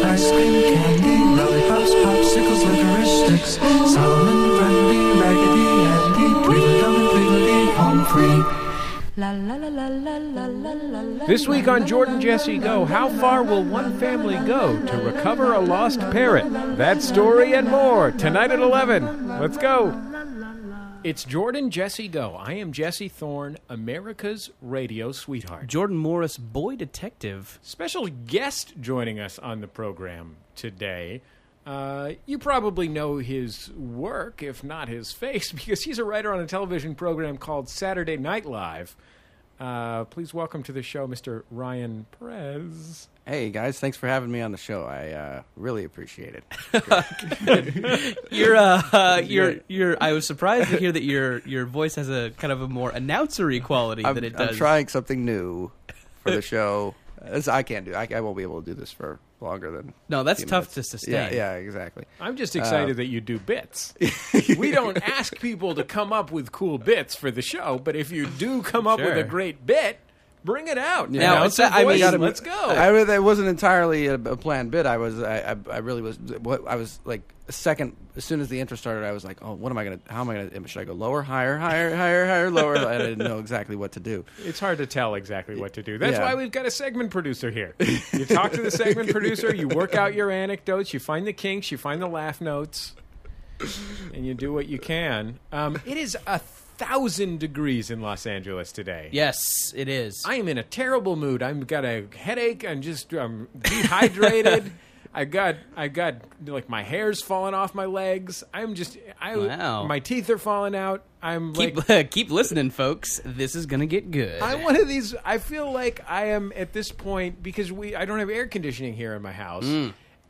ice cream, candy, lollipops, popsicles, licorice sticks, Solomon, Grundy, Raggedy Andy, Tweedledum and Tweedledee, home free. La la la la la la la la la. This week on Jordan Jesse Go, how far will one family go to recover a lost parrot? That story and more tonight at 11. Let's go. It's Jordan Jesse Go. I am Jesse Thorne, America's radio sweetheart. Jordan Morris, boy detective. Special guest joining us on the program today. Uh, you probably know his work, if not his face, because he's a writer on a television program called Saturday Night Live. Uh, please welcome to the show Mr. Ryan Perez. Hey guys, thanks for having me on the show. I uh, really appreciate it. You're, uh, uh, you're, you're. I was surprised to hear that your your voice has a kind of a more announcery quality I'm, than it I'm does. trying something new for the show. This I can't do. I, I won't be able to do this for longer than. No, a that's few tough minutes. to sustain. Yeah, yeah, exactly. I'm just excited that you do bits. we don't ask people to come up with cool bits for the show, but if you do come up with Sure. a great bit, bring it out. Yeah. Now, Announce it's- your I mean, voice, gotta be- let's go. I, was- it wasn't entirely a, a planned bit. I was. I, I, I really was. What I was like a second as soon as the intro started, I was like, oh, what am I gonna? How am I gonna? Should I go lower, higher, higher, higher, higher, lower? And I didn't know exactly what to do. it's hard to tell exactly what to do. That's Yeah. why we've got a segment producer here. You talk to the segment producer, you work out your anecdotes, you find the kinks, you find the laugh notes, and you do what you can. Um, it is a thousand degrees in Los Angeles today. Yes, it is. I am in a terrible mood. I've got a headache. I'm just I'm dehydrated. I got I got like my hair's falling off my legs. I'm just I Wow. my teeth are falling out. I'm like keep keep listening, folks. This is gonna get good. I'm one of these. I feel like I am at this point because we I don't have air conditioning here in my house.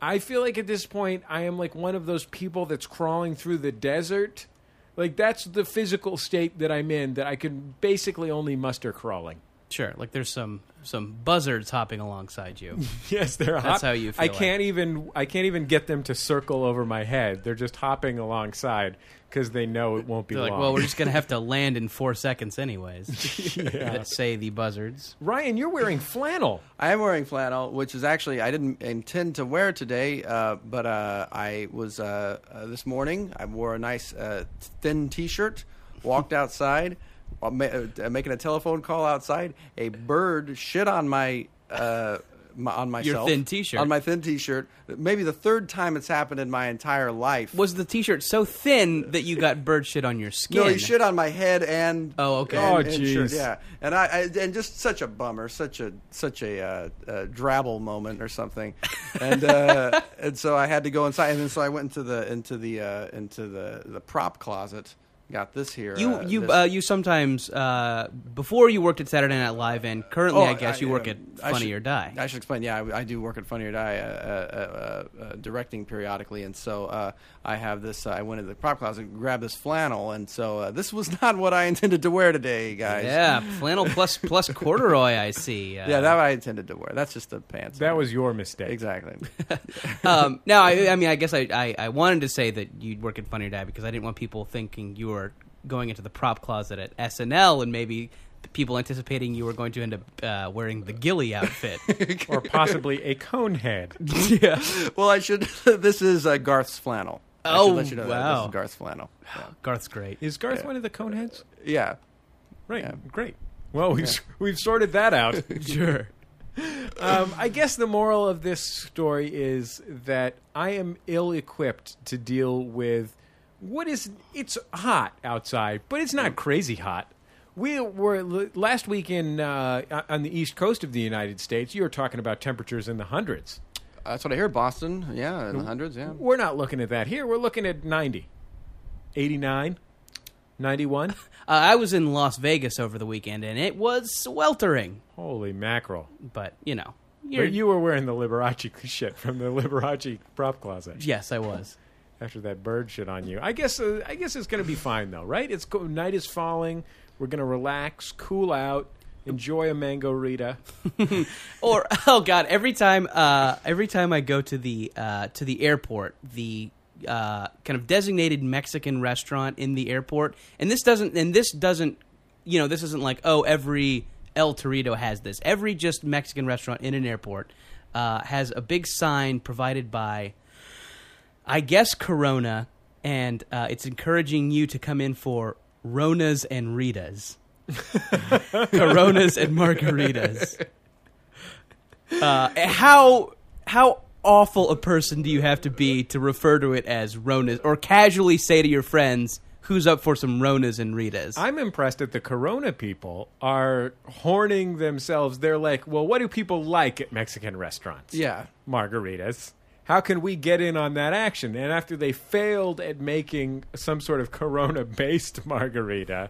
I feel like at this point I am like one of those people that's crawling through the desert. Like that's the physical state that I'm in that I can basically only muster crawling. sure, like there's some some buzzards hopping alongside you. Yes, they're hop- That's how you feel I like. can't even I can't even get them to circle over my head. They're just hopping alongside because they know it won't be They're like, long. well, we're just gonna have to land in four seconds, anyways. Say the buzzards. Ryan, you're wearing flannel. I am wearing flannel, which is actually I didn't intend to wear today, uh, but uh, I was uh, uh, this morning. I wore a nice uh, thin T-shirt, walked outside, uh, ma- uh, making a telephone call outside. A bird shit on my. Uh, my, on myself, thin T-shirt. on my thin T-shirt. Maybe the third time it's happened in my entire life. Was the T-shirt so thin that you got bird shit on your skin? No, he shit on my head and Oh, okay. and- Oh, and shirt, jeez. yeah, and I, I and just such a bummer, such a such a uh, uh, drabble moment or something, and uh, and so I had to go inside, and then so I went into the into the uh, into the the prop closet, got this here. You uh, you this- uh, you sometimes uh, before you worked at Saturday Night Live and currently Oh, I guess you work uh, at I Funny should- or Die. I should explain. Yeah, I, I do work at Funny or Die, uh, uh, uh, uh, directing periodically, and so uh, I have this. Uh, I went into the prop closet, and grabbed this flannel, and so uh, this was not what I intended to wear today, guys. yeah, flannel plus plus corduroy. I see. Uh, Yeah, that I intended to wear. That's just the pants. That was your mistake. exactly. um, now, I, I mean, I guess I, I, I wanted to say that you'd work at Funny or Die because I didn't want people thinking you were going into the prop closet at SNL and maybe people anticipating you were going to end up uh, wearing the Gilly outfit. Or possibly a cone head. yeah. well, I should. This is uh, Garth's flannel. I should Oh, let you know that. This wow. is Garth's flannel. Yeah. Garth's great. Uh, Is Garth one of the cone heads? Yeah. Right. Great. Well, we've we've sorted that out. Sure. um, I guess the moral of this story is that I am ill-equipped to deal with what is. It's hot outside, but it's not crazy hot. We were l- last week in uh, on the east coast of the United States. You were talking about temperatures in the hundreds. That's what I hear. Boston. Yeah, in the hundreds. Yeah. We're not looking at that here. We're looking at 90, 89, 91. Uh, I was in Las Vegas over the weekend and it was sweltering, Holy mackerel! but you know, you're, But you were wearing the Liberace shit from the Liberace prop closet. yes, I was. after that bird shit on you. I guess uh, I guess it's going to be fine though, right? It's co- night is falling. We're going to relax, cool out, Enjoy a mango Rita. or oh god every time uh every time i go to the uh to the airport the uh kind of designated mexican restaurant in the airport and this doesn't and this doesn't you know this isn't like oh every el torito has this every just mexican restaurant in an airport uh has a big sign provided by I guess Corona, and uh, it's encouraging you to come in for Ronas and Ritas, Coronas and margaritas. Uh, how how awful a person do you have to be to refer to it as Ronas, or casually say to your friends, "Who's up for some Ronas and Ritas?" I'm impressed that the Corona people are horning themselves. They're like, well, what do people like at Mexican restaurants? Yeah. Margaritas. How can we get in on that action? And after they failed at making some sort of Corona based margarita,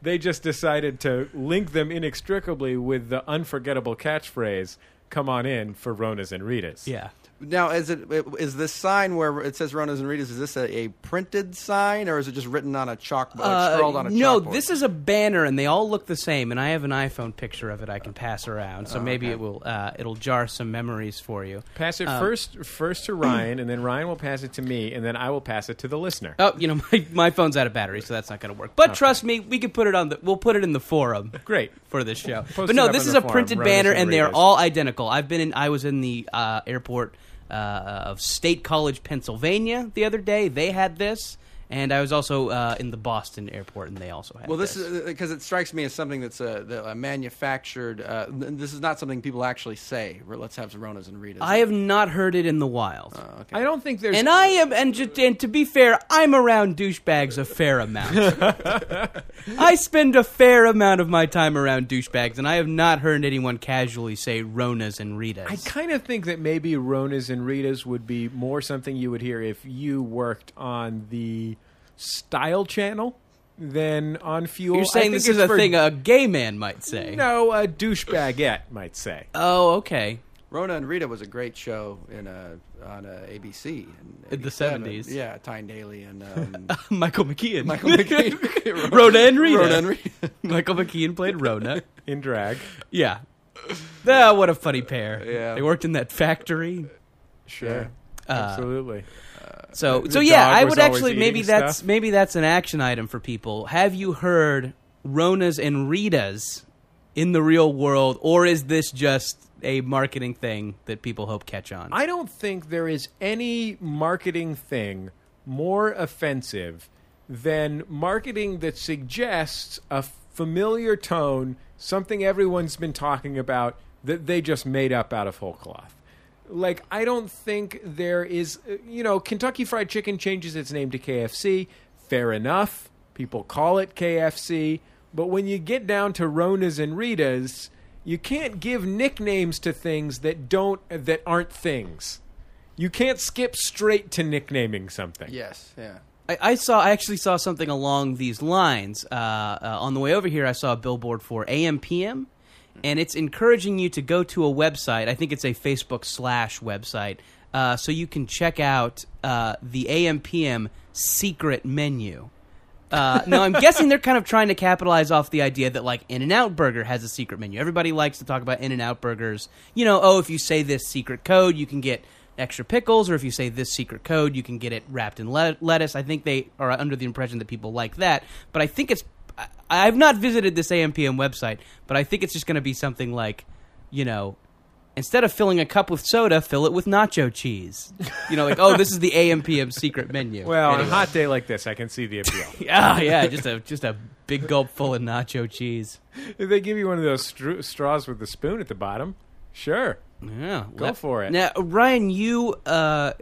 they just decided to link them inextricably with the unforgettable catchphrase, come on in for Ronas and Ritas. yeah. Now, is it is this sign where it says Ronas and Ritas? Is this a, a printed sign, or is it just written on a chalkboard, Uh, scrawled on a no, chalkboard? this is a banner, and they all look the same. And I have an iPhone picture of it I can pass around, Oh, so maybe it will uh, it'll jar some memories for you. Pass it Um, first first to Ryan, and then Ryan will pass it to me, and then I will pass it to the listener. Oh, you know, my, my phone's out of battery, so that's not going to work. But trust me, we can put it on the. We'll put it in the forum Great. for this show. Post but it no, up this in is the a forum, printed Ronas banner, and and they're Ritas. all identical. I've been in. I was in the uh, airport uh, of State College, Pennsylvania, the other day. They had this, and I was also uh, in the Boston airport, and they also had. Well, this is because it strikes me as something that's a, the- a manufactured. Uh, th- this is not something people actually say. "Re- Let's have Ronas and Ritas. I have not heard it in the wild. Uh, I don't think there's and I am, and, ju- and to be fair, I'm around douchebags a fair amount. I spend a fair amount of my time around douchebags, and I have not heard anyone casually say Ronas and Ritas. I kind of think that maybe Ronas and Ritas would be more something you would hear if you worked on the Style Channel than on Fuel. You're I saying think this is it's a for- thing a gay man might say. no, a douchebagette might say. Oh, okay. Rona and Rita was a great show in a, on uh ABC in, In the 87. 70s. Yeah, Tyne Daly and um, Michael McKeon. Michael McKean. Rona and Rita. Rona and Rita. Michael McKeon played Rona. In drag, Yeah. Ah, what a funny pair. Yeah. They worked in that factory. sure, Uh, absolutely. So The so yeah, dog I was would always actually eating maybe that's stuff. maybe that's an action item for people. Have you heard Ronas and Ritas in the real world, or is this just a marketing thing that people hope catch on? I don't think there is any marketing thing more offensive than marketing that suggests a familiar tone, something everyone's been talking about that they just made up out of whole cloth. Like, I don't think there is, you know, Kentucky Fried Chicken changes its name to KFC. Fair enough. People call it KFC. But when you get down to Ronas and Ritas, you can't give nicknames to things that don't that aren't things. You can't skip straight to nicknaming something. yes, yeah. I, I saw. I actually saw something along these lines uh, uh, on the way over here. I saw a billboard for AMPM, and it's encouraging you to go to a website. I think it's a Facebook slash website, uh, so you can check out uh, the AMPM secret menu. Uh, now, I'm guessing they're kind of trying to capitalize off the idea that like In and Out Burger has a secret menu. Everybody likes to talk about In and Out Burgers. You know, oh, if you say this secret code, you can get extra pickles, or if you say this secret code, you can get it wrapped in le- lettuce. I think they are under the impression that people like that, but I think it's. I, I've not visited this AMPM website, but I think it's just going to be something like, you know, instead of filling a cup with soda, fill it with nacho cheese. You know, like, oh, this is the AMPM secret menu. Well, on a Anyway. hot day like this, I can see the appeal. Yeah, yeah, just a just a big gulp full of nacho cheese. if they give you one of those stru- straws with the spoon at the bottom, sure. Yeah, Go for it. Now, Ryan, you, uh,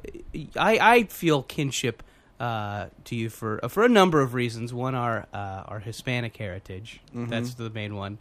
I I feel kinship uh, to you for for a number of reasons. One, our uh, our Hispanic heritage. That's the main one. Uh,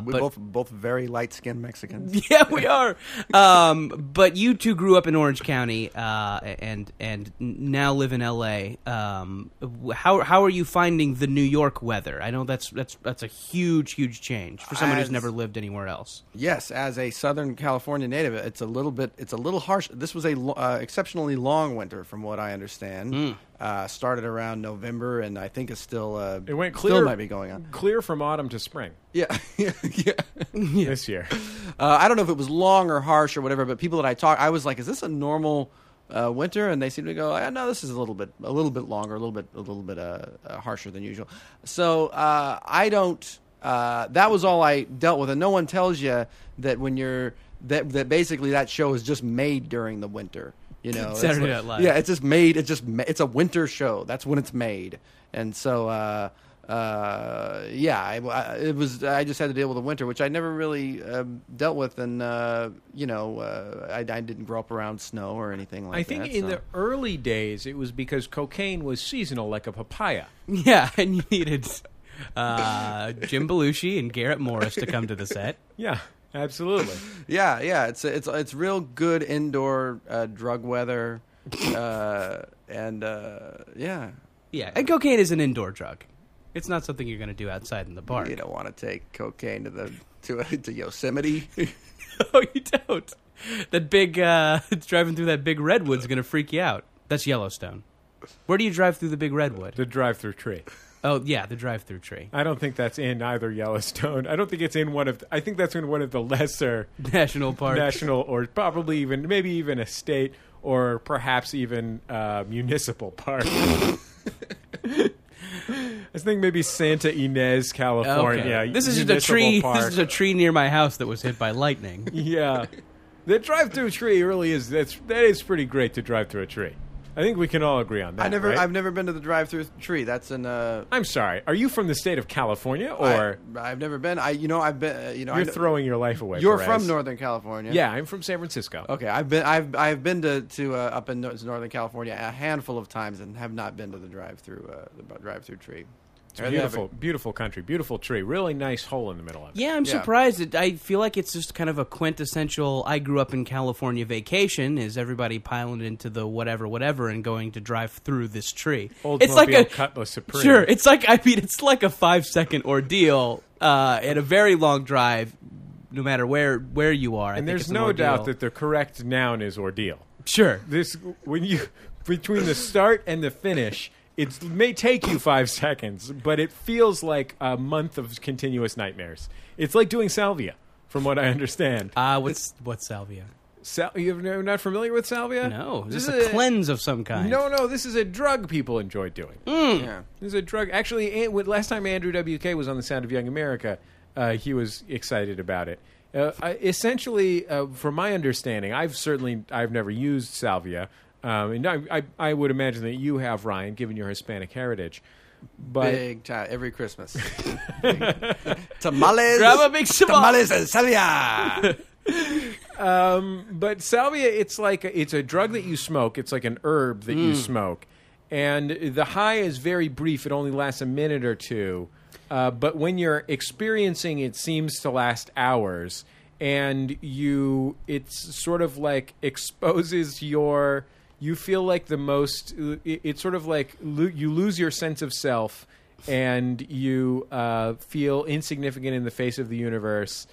Mm-hmm. We but both both very light skinned Mexicans. yeah, we are. Um, but you two grew up in Orange County, uh, and and now live in L.A. Um, how how are you finding the New York weather? I know that's that's that's a huge huge change for someone who's As- never lived anywhere else. Yes, as a Southern California native, Hmm. it's a little bit, it's a little harsh. This was a lo- uh, exceptionally long winter, from what I understand. Uh, started around November, and I think it's still uh, It went still clear. might be going on. Clear from autumn to spring Yeah, yeah, yeah. this year. Uh, I don't know if it was long or harsh or whatever, but people that I talk, I was like, "Is this a normal uh, winter?" And they seem to go, ah, "No, this is a little bit, a little bit longer, a little bit, a little bit uh, uh, harsher than usual." So uh, I don't. Uh, that was all I dealt with, and no one tells you that when you're that that basically that show is just made during the winter. You know, It's Saturday like- Night Live. Yeah, it's just made. It's just ma- it's a winter show. That's when it's made, and so uh, uh, yeah, I, I- it was. I just had to deal with the winter, which I never really um, dealt with, and uh, you know, uh, I, I didn't grow up around snow or anything like I that. think in so. the early days it was because cocaine was seasonal, like a papaya. Yeah, and you needed uh, Jim Belushi and Garrett Morris to come to the set. Yeah, absolutely. yeah, yeah, it's it's it's real good indoor uh, drug weather, uh, and uh, yeah, Yeah, and cocaine is an indoor drug. It's not something you're going to do outside in the park. you don't want to take cocaine to the to to Yosemite. Oh, you don't. That big uh, driving through that big redwood's going to freak you out. That's Yellowstone. Where do you drive through the big redwood? The drive-through tree. Oh, yeah, the drive-through tree, I don't think that's in either Yellowstone. I don't think it's in one of. I think that's in one of the lesser national park. national, or probably even maybe even a state, or perhaps even uh, municipal park. I think maybe Santa Ines, California. Okay. this is just a municipal tree. Park. This is a tree near my house that was hit by lightning. yeah. The drive-through tree really is that's that is pretty great to drive through a tree. I think we can all agree on that. I never, right? I've never been to the drive-through tree. That's in. Uh, I'm sorry. Are you from the state of California, I- or I've never been. I you know I've been uh, you know I you're know- throwing your life away? You're Perez. from Northern California. Yeah, I'm from San Francisco. Okay, I've been I've I've been to to uh, up in Nor- Northern California a handful of times and have not been to the drive-through uh, the bu- drive-through tree. It's a beautiful, beautiful country, beautiful tree, really nice hole in the middle of it. Yeah, I'm Yeah. surprised. It, I feel like it's just kind of a quintessential. I grew up in California vacation. Is everybody piling into the whatever, whatever, and going to drive through this tree? Oldsmobile it's like a Cutlass Supreme. Sure, it's like I mean, it's like a five second ordeal uh, and a very long drive, no matter where where you are. I think and there's it's an no doubt ordeal. that the correct noun is ordeal. sure. This when you between the start and the finish, it may take you five seconds, but it feels like a month of continuous nightmares. It's like doing salvia, from what I understand. Uh, what's what's salvia? Sal- you're not familiar with salvia? No, this is a cleanse of some kind. No, no, this is a drug people enjoy doing. Yeah. This is a drug. Actually, An- when- last time Andrew WK was on The Sound of Young America, uh, he was excited about it. Uh, I, essentially, uh, from my understanding, I've certainly I've never used salvia, um, and I, I, I would imagine that you have Ryan, given your Hispanic heritage. But Big time every Christmas. tamales. Grab a big shima- tamales and salvia. but salvia, it's like a, it's a drug that you smoke. It's like an herb that you smoke, and the high is very brief. It only lasts a minute or two, uh, but when you're experiencing, it seems to last hours. And you, it's sort of like exposes your. You feel like the most. It, it's sort of like lo- you lose your sense of self, and you uh, feel insignificant in the face of the universe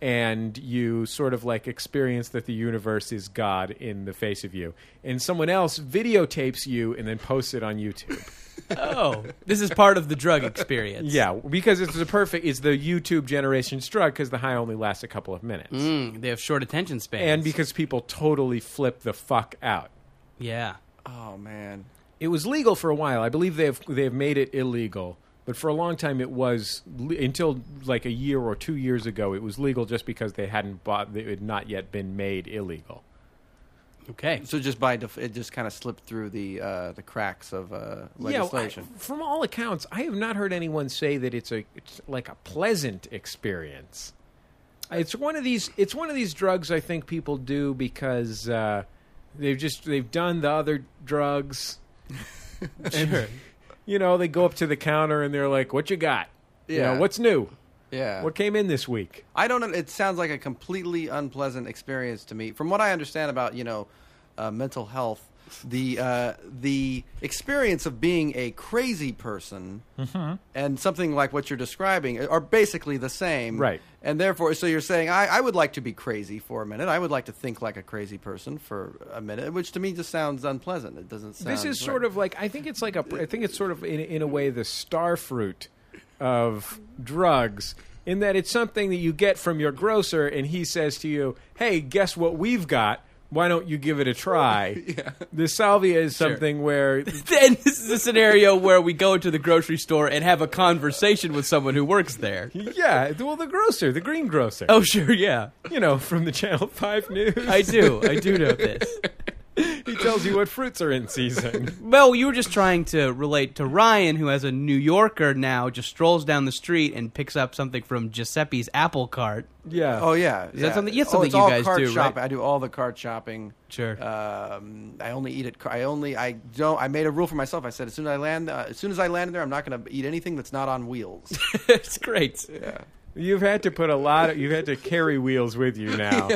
and you sort of like experience that the universe is God in the face of you, and someone else videotapes you and then posts it on YouTube. Oh, this is part of the drug experience. yeah, because it's the perfect, it's the YouTube generation's drug because the high only lasts a couple of minutes, Mm, they have short attention spans. and because people totally flip the fuck out. yeah, oh man. It was legal for a while. I believe they've they've made it illegal, but for a long time it was le- until like a year or two years ago. It was legal just because they hadn't bought it had not yet been made illegal. okay. So just by def- it just kind of slipped through the uh, the cracks of uh, Yeah, legislation. I- from all accounts, I have not heard anyone say that it's a it's like a pleasant experience. It's one of these. It's one of these drugs I think people do because uh, they've just they've done the other drugs. Sure. You know, they go up to the counter and they're like, "What you got? You know, Yeah. what's new? yeah. What came in this week?" I don't. know. It sounds like a completely unpleasant experience to me. From what I understand about you know, uh, mental health, the uh, the experience of being a crazy person Mm-hmm. and something like what you're describing are basically the same, Right. And therefore, so you're saying I, I would like to be crazy for a minute. I would like to think like a crazy person for a minute, which to me just sounds unpleasant. It doesn't sound. This is sort right. of like I think it's like a I think it's sort of in in a way the star fruit of drugs in that it's something that you get from your grocer and he says to you, "Hey, guess what we've got? Why don't you give it a try?" The salvia is something where Then this is a scenario where we go into the grocery store and have a conversation with someone who works there. yeah, well the grocer, the green grocer. Oh, sure, yeah. You know, from the Channel 5 news. I do. I do know this. he tells you what fruits are in season. Well, you were just trying to relate to Ryan, who, as a New Yorker now, just strolls down the street and picks up something from Giuseppe's apple cart. Yeah. Oh yeah, Is that yeah. something- yeah, oh, something it's you all guys cart do, right? shopping. I do all the cart shopping. Sure. Um, I only eat at. car- I only. I don't. I made a rule for myself. I said as soon as I land, uh, as soon as I landed there, I'm not going to eat anything that's not on wheels. it's great. You've had to put a lot of you've had to carry wheels with you now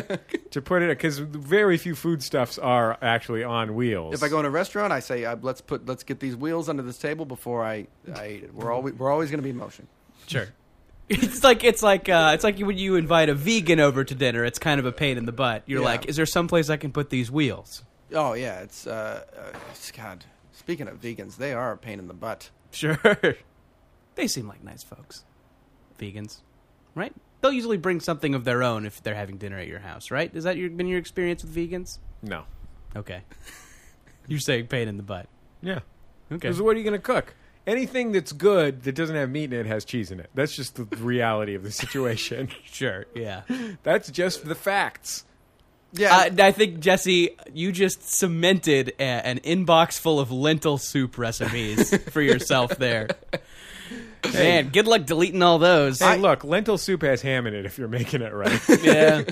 to put it because very few foodstuffs are actually on wheels. if I go in a restaurant, I say uh, let's put let's get these wheels under this table before I. I eat it. We're always we're always going to be in motion. Sure. It's like it's like uh, it's like when you invite a vegan over to dinner. It's kind of a pain in the butt. You're Yeah. like, is there some place I can put these wheels? Oh yeah, it's uh, uh, it's- God. Speaking of vegans, they are a pain in the butt. Sure. They seem like nice folks. Vegans, right? They'll usually bring something of their own if they're having dinner at your house, right? Is that your, been your experience with vegans? no, Okay. You're saying pain in the butt. yeah, Okay. because what are you going to cook? Anything that's good that doesn't have meat in it has cheese in it. That's just the reality of the situation. Sure. Yeah. That's just the facts. Yeah, Uh, I think Jesse, you just cemented a, an inbox full of lentil soup recipes for yourself there. Man, good luck deleting all those. Hey, look, lentil soup has ham in it if you're making it right. yeah.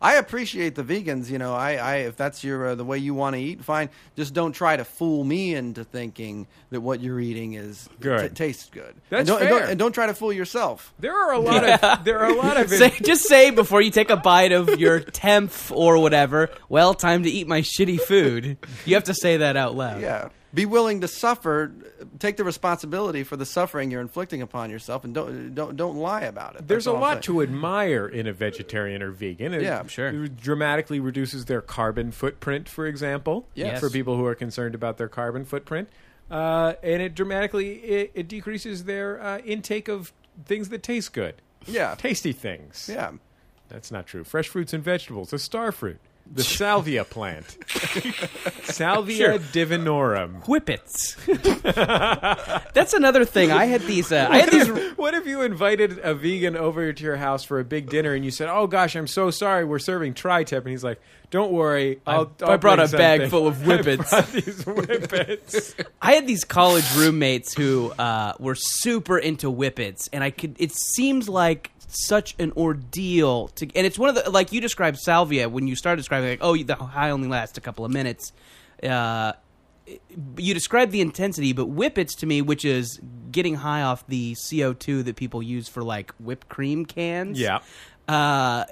I appreciate the vegans. You know, I, I if that's your uh, the way you want to eat, fine. Just don't try to fool me into thinking that what you're eating is Good. t- tastes good. That's and don't, and don't- fair. and don't try to fool yourself. there are a lot of there are a lot of Say, just say before you take a bite of your tenth or whatever, well, time to eat my shitty food. You have to say that out loud. Yeah, be willing to suffer. Take the responsibility for the suffering you're inflicting upon yourself, and don't don't don't lie about it. There's That's a all I'm lot saying. to admire in a vegetarian or vegan. It Yeah, I'm sure. Dramatically reduces their carbon footprint, for example, Yes. for people who are concerned about their carbon footprint, uh, and it dramatically it, it decreases their uh, intake of things that taste good, Yeah, tasty things. yeah. That's not true. Fresh fruits and vegetables, the star fruit, the salvia plant, salvia Sure. divinorum. Whippets. That's another thing. I had these. Uh, I had these. What if you invited a vegan over to your house for a big dinner and you said, "Oh gosh, I'm so sorry, we're serving tri-tip," and he's like, "Don't worry, I'll, I I'll brought bring a bag something." full of I whippets. brought these whippets. I had these college roommates who uh, were super into whippets, and I could. It seems like such an ordeal to, and it's one of the like you described salvia when you started describing like, oh, the high only lasts a couple of minutes. Uh, you described the intensity, but whippets to me, which is getting high off the CO two that people use for like whipped cream cans. Yeah. Uh,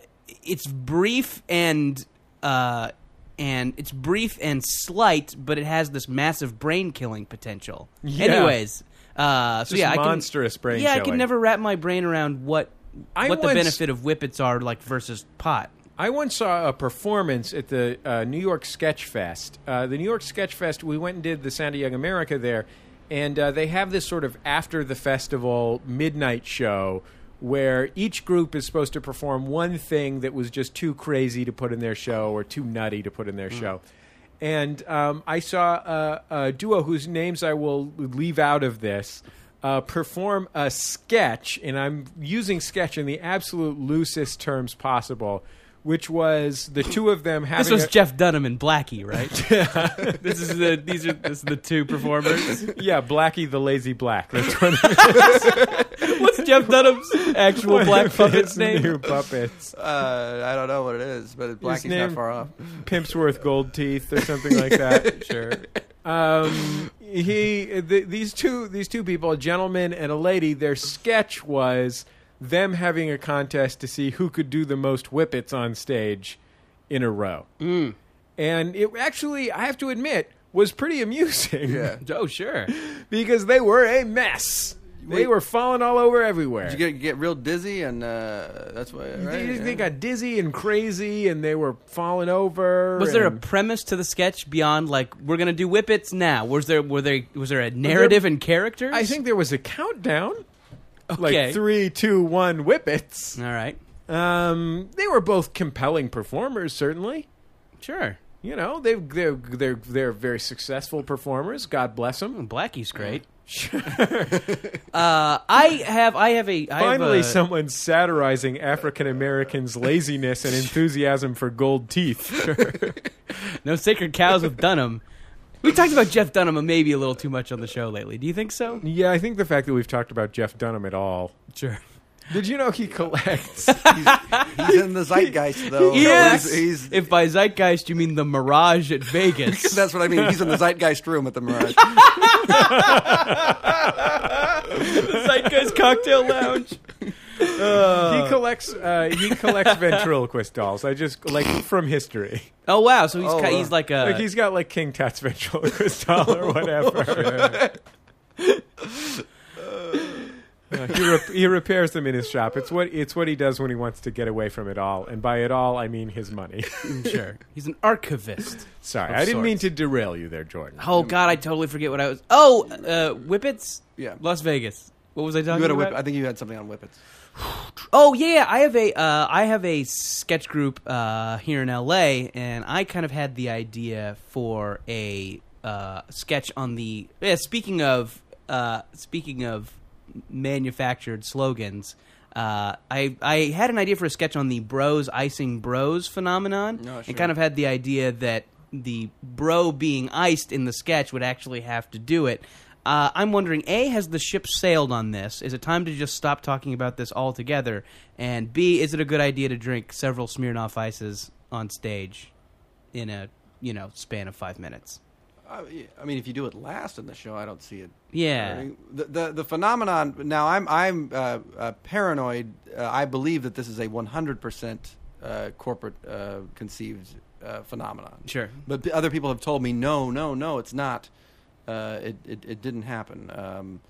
it's brief and uh, and it's brief and slight, but it has this massive brain killing potential. Yeah. Anyways, uh, so Just yeah, I can- monstrous brain Yeah, I killing. can never wrap my brain around what I what the once- benefit of whippets are like versus pot. I once saw a performance at the uh, New York Sketch Fest. Uh, the New York Sketch Fest, we went and did the Sound of Young America there, and uh, they have this sort of after the festival midnight show where each group is supposed to perform one thing that was just too crazy to put in their show or too nutty to put in Hmm. their show. And um, I saw a, a duo whose names I will leave out of this uh, perform a sketch, and I'm using sketch in the absolute loosest terms possible, which was the two of them having. This was a- Jeff Dunham and Blackie, right? this is the these are this is the two performers. yeah, Blackie the Lazy Black. That's what What's Jeff Dunham's actual black puppet's name? New puppets. Uh, I don't know what it is, but Blackie's name- not far off. Pimpsworth Gold Teeth or something like that. sure. Um, he th- these two these two people, a gentleman and a lady. Their sketch was them having a contest to see who could do the most whippets on stage in a row. And it actually, I have to admit, was pretty amusing. Yeah. Oh, sure. because they were a mess. They Wait. were falling all over everywhere. You get get real dizzy, and uh, that's why. Right? they, they Yeah. got dizzy and crazy, and they were falling over. Was there a and- premise to the sketch beyond like we're gonna do whippets now? Was there were there was there a narrative and characters? I think there was a countdown. Like Okay. three, two, one, whippets. All right. Um, they were both compelling performers, certainly. Sure. You know, they they're they're they're very successful performers. God bless them. Hmm, Blackie's great. Sure. uh, I have I have a I Finally, have a, someone's satirizing African Americans' laziness and enthusiasm for gold teeth. no sacred cows with Dunham. We talked about Jeff Dunham maybe a little too much on the show lately. Do you think so? yeah, I think the fact that we've talked about Jeff Dunham at all. Sure. Did you know he collects? He's in the zeitgeist, though. Yes. He's, he's- if by zeitgeist you mean the mirage at Vegas, that's what I mean. He's in the zeitgeist room at the Mirage. zeitgeist cocktail lounge. he collects. Uh, he collects ventriloquist dolls. I just like from history. Oh wow! So he's Oh, ki- wow. he's like a Like he's got like King Tut's ventriloquist doll or whatever. Uh, he, rep- he repairs them in his shop. It's what it's what he does when he wants to get away from it all, and by it all I mean his money. sure. He's an archivist. Sorry, Of I didn't mean sorts. to derail you there, Jordan. Oh God, I totally forget what I was. Oh, uh, Whippets. Yeah. Las Vegas. What was I You talking had a about? whip. I think you had something on whippets. Oh yeah, I have a uh, I have a sketch group uh, here in L.A. and I kind of had the idea for a uh, sketch on the. Yeah, speaking of uh, speaking of manufactured slogans, uh, I I had an idea for a sketch on the Bros icing Bros phenomenon, Oh, sure. and kind of had the idea that the bro being iced in the sketch would actually have to do it. Uh, I'm wondering: A, has the ship sailed on this? Is it time to just stop talking about this altogether? And B, is it a good idea to drink several Smirnoff ices on stage in a you know span of five minutes? I Uh, I mean, if you do it last in the show, I don't see it. Yeah. I mean, The the, the phenomenon. Now, I'm I'm uh, uh, paranoid. Uh, I believe that this is a 100 percent uh, corporate uh, conceived uh, phenomenon. Sure. But p- other people have told me, no, no, no, it's not. Uh, it, it it didn't happen. Um,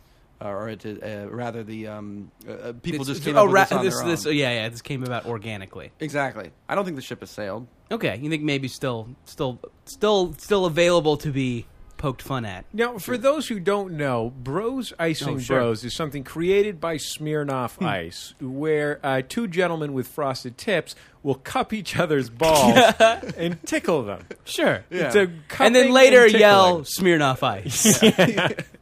or it, uh, rather, the um, uh, uh, people It's- just came oh, up with ra- this on this, their this- own. yeah, yeah, this came about organically. Exactly. I don't think the ship has sailed. Okay, you think maybe still, still, still, still available to be poked fun at? Now, for those who don't know, Bros Icing Oh, sure. Bros is something created by Smirnoff Ice, where uh, two gentlemen with frosted tips will cup each other's balls and tickle them. Sure. It's a and cupping then later and yell tickling. Smirnoff Ice.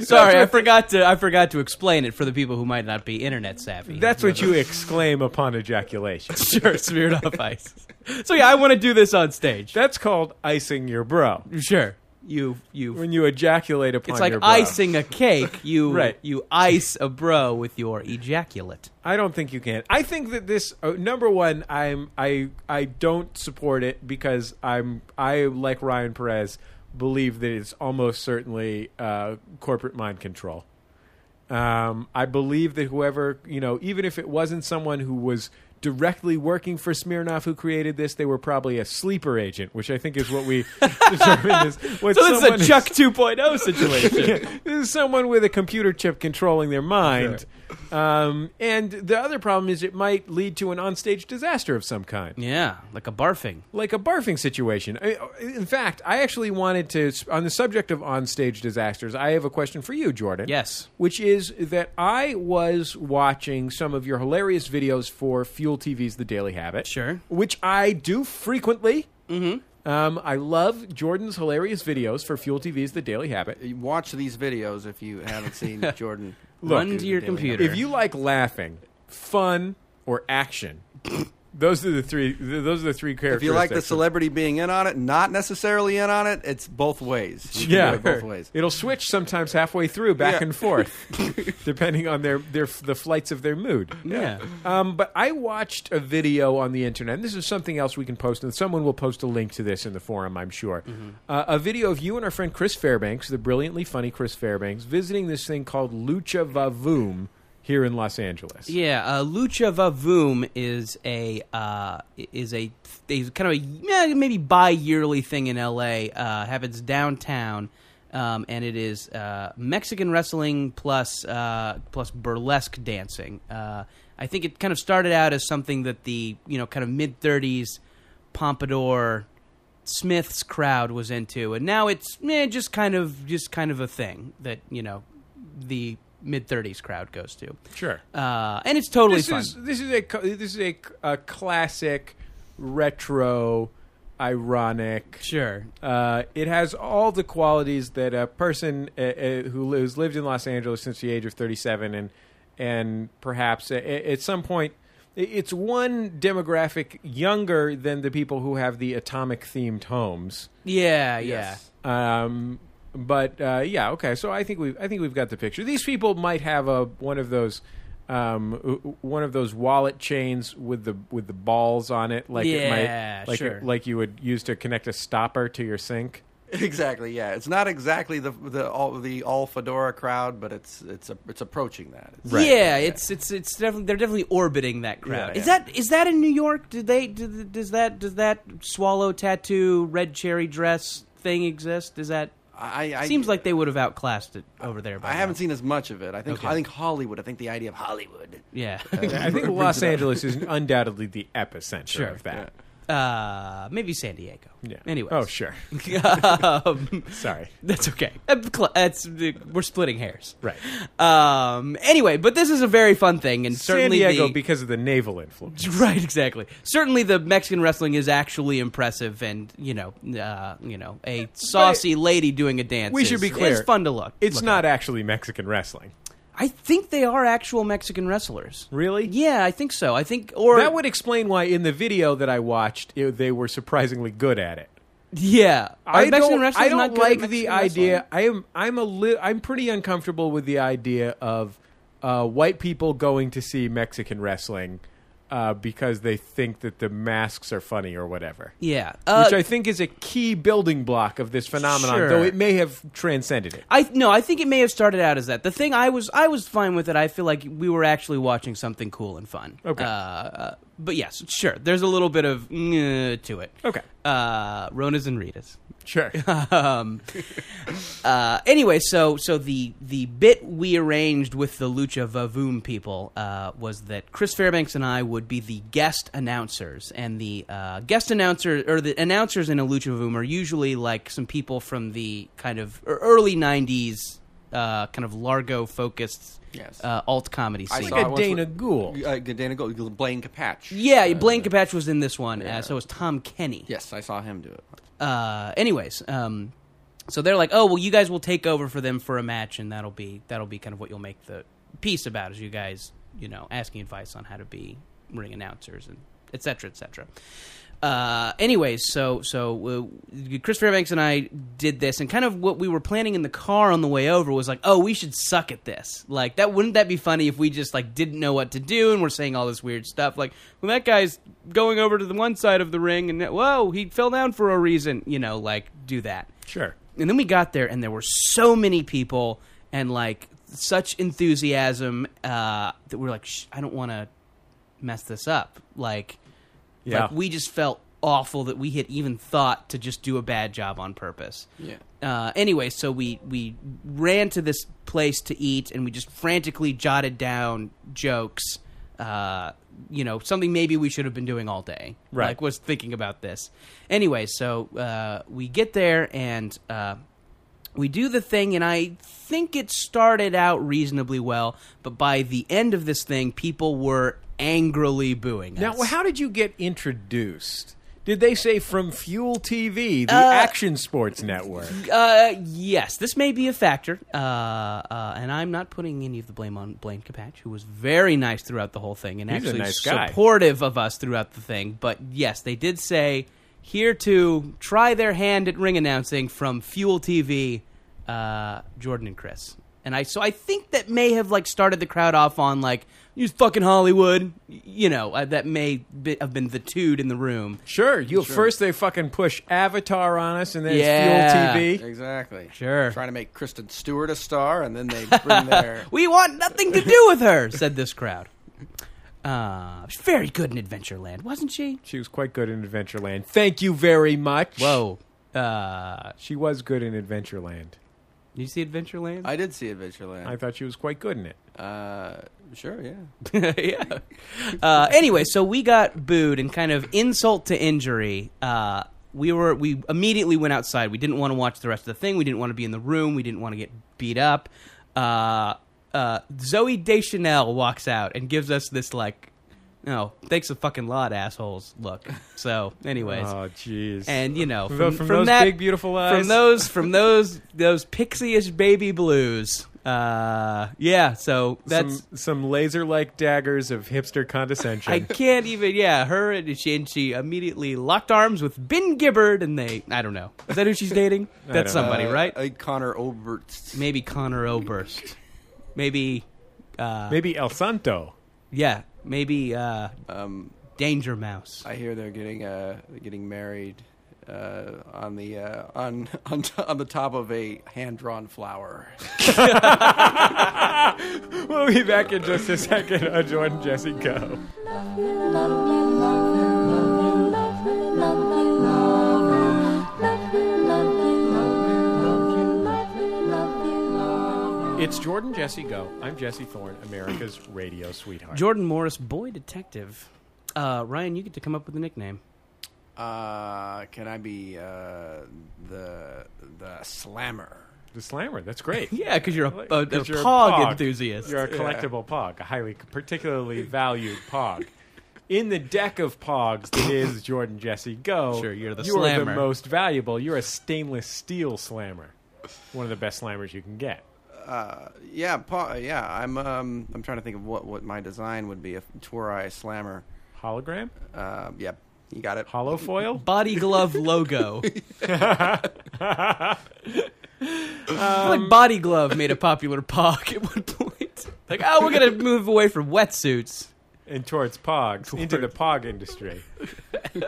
Sorry, I forgot to I forgot to explain it for the people who might not be internet savvy. That's what you exclaim upon ejaculation. sure Smirnoff Ice. So yeah, I want to do this on stage. That's called icing your bro. sure, you you. When you ejaculate upon It's like your bro. icing a cake. You Right. you ice a bro with your ejaculate. I don't think you can. I think that this uh, number one, I'm I I don't support it because I'm I like Ryan Perez believe that it's almost certainly uh, corporate mind control. Um, I believe that whoever you know, even if it wasn't someone who was directly working for Smirnoff who created this, they were probably a sleeper agent, which I think is what we determined is what So this someone is a Chuck 2.0 situation. this is someone with a computer chip controlling their mind. Um, and the other problem is it might lead to an onstage disaster of some kind, Yeah, like a barfing. like a barfing situation. I, in fact, I actually wanted to, on the subject of onstage disasters, I have a question for you, Jordan. Yes. Which is that I was watching some of your hilarious videos for Fuel TV's The Daily Habit. Sure. Which I do frequently. Mm-hmm. Um, I love Jordan's hilarious videos for Fuel TV's The Daily Habit. You Watch these videos if you haven't seen Jordan. Run do to your the daily computer. If you like laughing, fun, or action, those are the three. th- Those are the three characters. If you like the celebrity being in on it, not necessarily in on it, it's both ways. You can do yeah, it both ways. it'll switch sometimes halfway through, back Yeah. and forth, depending on their their the flights of their mood. yeah. Um, but I watched a video on the internet. And this is something else we can post, and someone will post a link to this in the forum, I'm sure. Mm-hmm. Uh, a video of you and our friend Chris Fairbanks, the brilliantly funny Chris Fairbanks, visiting this thing called Lucha Vavoom here in Los Angeles. Yeah, uh, Lucha Vavoom is a uh, is a is kind of a yeah, maybe bi-yearly thing in L.A. Uh, happens downtown, um, and it is uh, Mexican wrestling plus uh, plus burlesque dancing. Uh, I think it kind of started out as something that the you know kind of mid '30s pompadour Smith's crowd was into, and now it's eh, just kind of just kind of a thing that you know the mid '30s crowd goes to. Sure. Uh, and it's totally this fun. is this is a co- this is a, a classic retro ironic Sure. Uh, it has all the qualities that a person uh, uh, who li- who's lived in Los Angeles since the age of 37 and and perhaps a, a- at some point i- it's one demographic younger than the people who have the atomic themed homes. Yeah, Yes. Um, but uh, yeah, okay. So I think we I think we've got the picture. These people might have a one of those um, w- w- one of those wallet chains with the with the balls on it, like Yeah, it might, like sure. like you would use to connect a stopper to your sink. Exactly. Yeah, it's not exactly the the all the all fedora crowd, but it's it's a, it's approaching that. It's, yeah. Yeah, it's it's it's definitely they're definitely orbiting that crowd. Yeah, Is yeah. that is that in New York? Do they do, th- does that does that swallow tattoo red cherry dress thing exist? Is that I, I seems like they would have outclassed it over there? By I now. haven't seen as much of it. I think Okay. I think Hollywood. I think the idea of Hollywood. Yeah, I think Los Angeles is undoubtedly the epicenter Sure. of that. uh, maybe San Diego. Yeah. Anyways. Oh, sure. um, Sorry. that's okay. Uh, cl- That's we're splitting hairs. Right. Um. Anyway, but this is a very fun thing, and San certainly Diego the- because of the naval influence. Right, exactly. Certainly, the Mexican wrestling is actually impressive, and you know, uh, you know, a saucy lady doing a dance. We should is- be clear. It's fun to look. It's look not at. actually Mexican wrestling. I think they are actual Mexican wrestlers. Really? Yeah, I think so. I think, or That would explain why in the video that I watched, it, they were surprisingly good at it. Yeah, Are I Mexican don't, wrestlers I don't not good at like the Mexican idea. wrestling? I am I'm a li- I'm pretty uncomfortable with the idea of uh, white people going to see Mexican wrestling uh, because they think that the masks are funny or whatever. Yeah, uh, which I think is a key building block of this phenomenon, Sure. though it may have transcended it. I no, I think it may have started out as that. The thing I was I was fine with it. I feel like we were actually watching something cool and fun. Okay. Uh, uh, but yes, sure. There's a little bit of mm, to it. Okay. Uh, Ronas and Ritas. Sure. um, uh, anyway, so so the the bit we arranged with the Lucha Vavoom people uh, was that Chris Fairbanks and I would be the guest announcers, and the uh, guest announcer or the announcers in a Lucha Vavoom are usually like some people from the kind of er- early '90s uh, kind of Largo focused Yes. uh, alt comedy I scene. saw it like a once Dana with- Gould. Uh, Dana Gould. Blaine Capatch. yeah, Blaine Capatch was in this one. Uh, so was Tom Kenny. Yes, I saw him do it. uh, anyways, um, so they're like, oh well, you guys will take over for them for a match, and that'll be that'll be kind of what you'll make the piece about is you guys, you know, asking advice on how to be ring announcers and et cetera, et cetera. Uh, anyways, so so uh, Chris Fairbanks and I did this, and kind of what we were planning in the car on the way over was like, oh, we should suck at this. Like that wouldn't that be funny if we just like didn't know what to do and we're saying all this weird stuff. Like, well, that guy's going over to the one side of the ring, and that- whoa, he fell down for a reason. You know, like do that. sure. And then we got there, and there were so many people, and like such enthusiasm uh, that we're like, Shh, I don't want to mess this up. Like, Yeah. like we just felt awful that we had even thought to just do a bad job on purpose. Yeah. Uh, anyway, so we we ran to this place to eat, and we just frantically jotted down jokes. Uh, you know, something maybe we should have been doing all day. Right. Like, was thinking about this. Anyway, so uh, we get there and uh, we do the thing, and I think it started out reasonably well, but by the end of this thing, people were angrily booing now, us. how did you get introduced? Did they say from Fuel TV, the Action Sports Network? Uh, yes, this may be a factor, uh, uh, and I'm not putting any of the blame on Blaine Capatch, who was very nice throughout the whole thing and He's a actually nice guy. supportive of us throughout the thing. But yes, they did say here to try their hand at ring announcing from Fuel TV, uh, Jordan and Chris, and I. So I think that may have like started the crowd off on like use fucking Hollywood. Y- You know, uh, that may be, have been the dude in the room. Sure. You first they fucking push Avatar on us, and then Yeah. it's Fuel TV. Exactly. Sure. Trying to make Kristen Stewart a star, and then they bring their. We want nothing to do with her, said this crowd. Uh, she's very good in Adventureland, wasn't she? She was quite good in Adventureland. Thank you very much. Whoa. Uh, She was good in Adventureland. did you see Adventureland? I did see I Adventureland. thought she was quite good in it. Uh, sure, yeah. yeah. Uh, anyway, so we got booed and kind of insult to injury. Uh, we were we immediately went outside. We didn't want to watch the rest of the thing. We didn't want to be in the room. We didn't want to get beat up. Uh, uh, Zoe Deschanel walks out and gives us this like, no, thanks a fucking lot, assholes. Look. So, anyways, Oh, jeez. and you know, From- from, from from those that, big, beautiful eyes. from those from those those pixie-ish baby blues. Uh, yeah. So that's some, some laser-like daggers of hipster condescension. I can't even. Yeah, her and she and she immediately locked arms with Ben Gibbard, and they. I don't know. Is that who she's dating? That's don't know. somebody, Uh, right? uh, Connor Oberst. Maybe Connor Oberst. Maybe. Maybe El Santo. Yeah. Maybe uh, Um, Danger Mouse. I hear they're getting uh, getting married uh, on the uh, on on, t- on the top of a hand drawn flower. We'll be back in just a second on Jordan Jesse Go. It's Jordan Jesse Go. I'm Jesse Thorne, America's radio sweetheart. Jordan Morris, boy detective. Uh, Ryan, you get to come up with a nickname. Uh, can I be uh, the the slammer? the Slammer. That's great. Yeah, because you're a, a, a 'Cause you're a pog, pog. enthusiast. You're a collectible pog, a highly, particularly valued pog. In the deck of pogs that is Jordan Jesse Go, Sure, you're the you are slammer. most valuable. You're a stainless steel slammer, one of the best slammers you can get. Yeah, pa- yeah. I'm um, I'm trying to think of what, what my design would be if it were I a slammer. Hologram, Uh, yep, you got it. hollow foil. Body glove logo. I feel like body glove made a popular pog at one point. Like, oh, we're gonna move away from wetsuits. and towards pogs into the pog industry.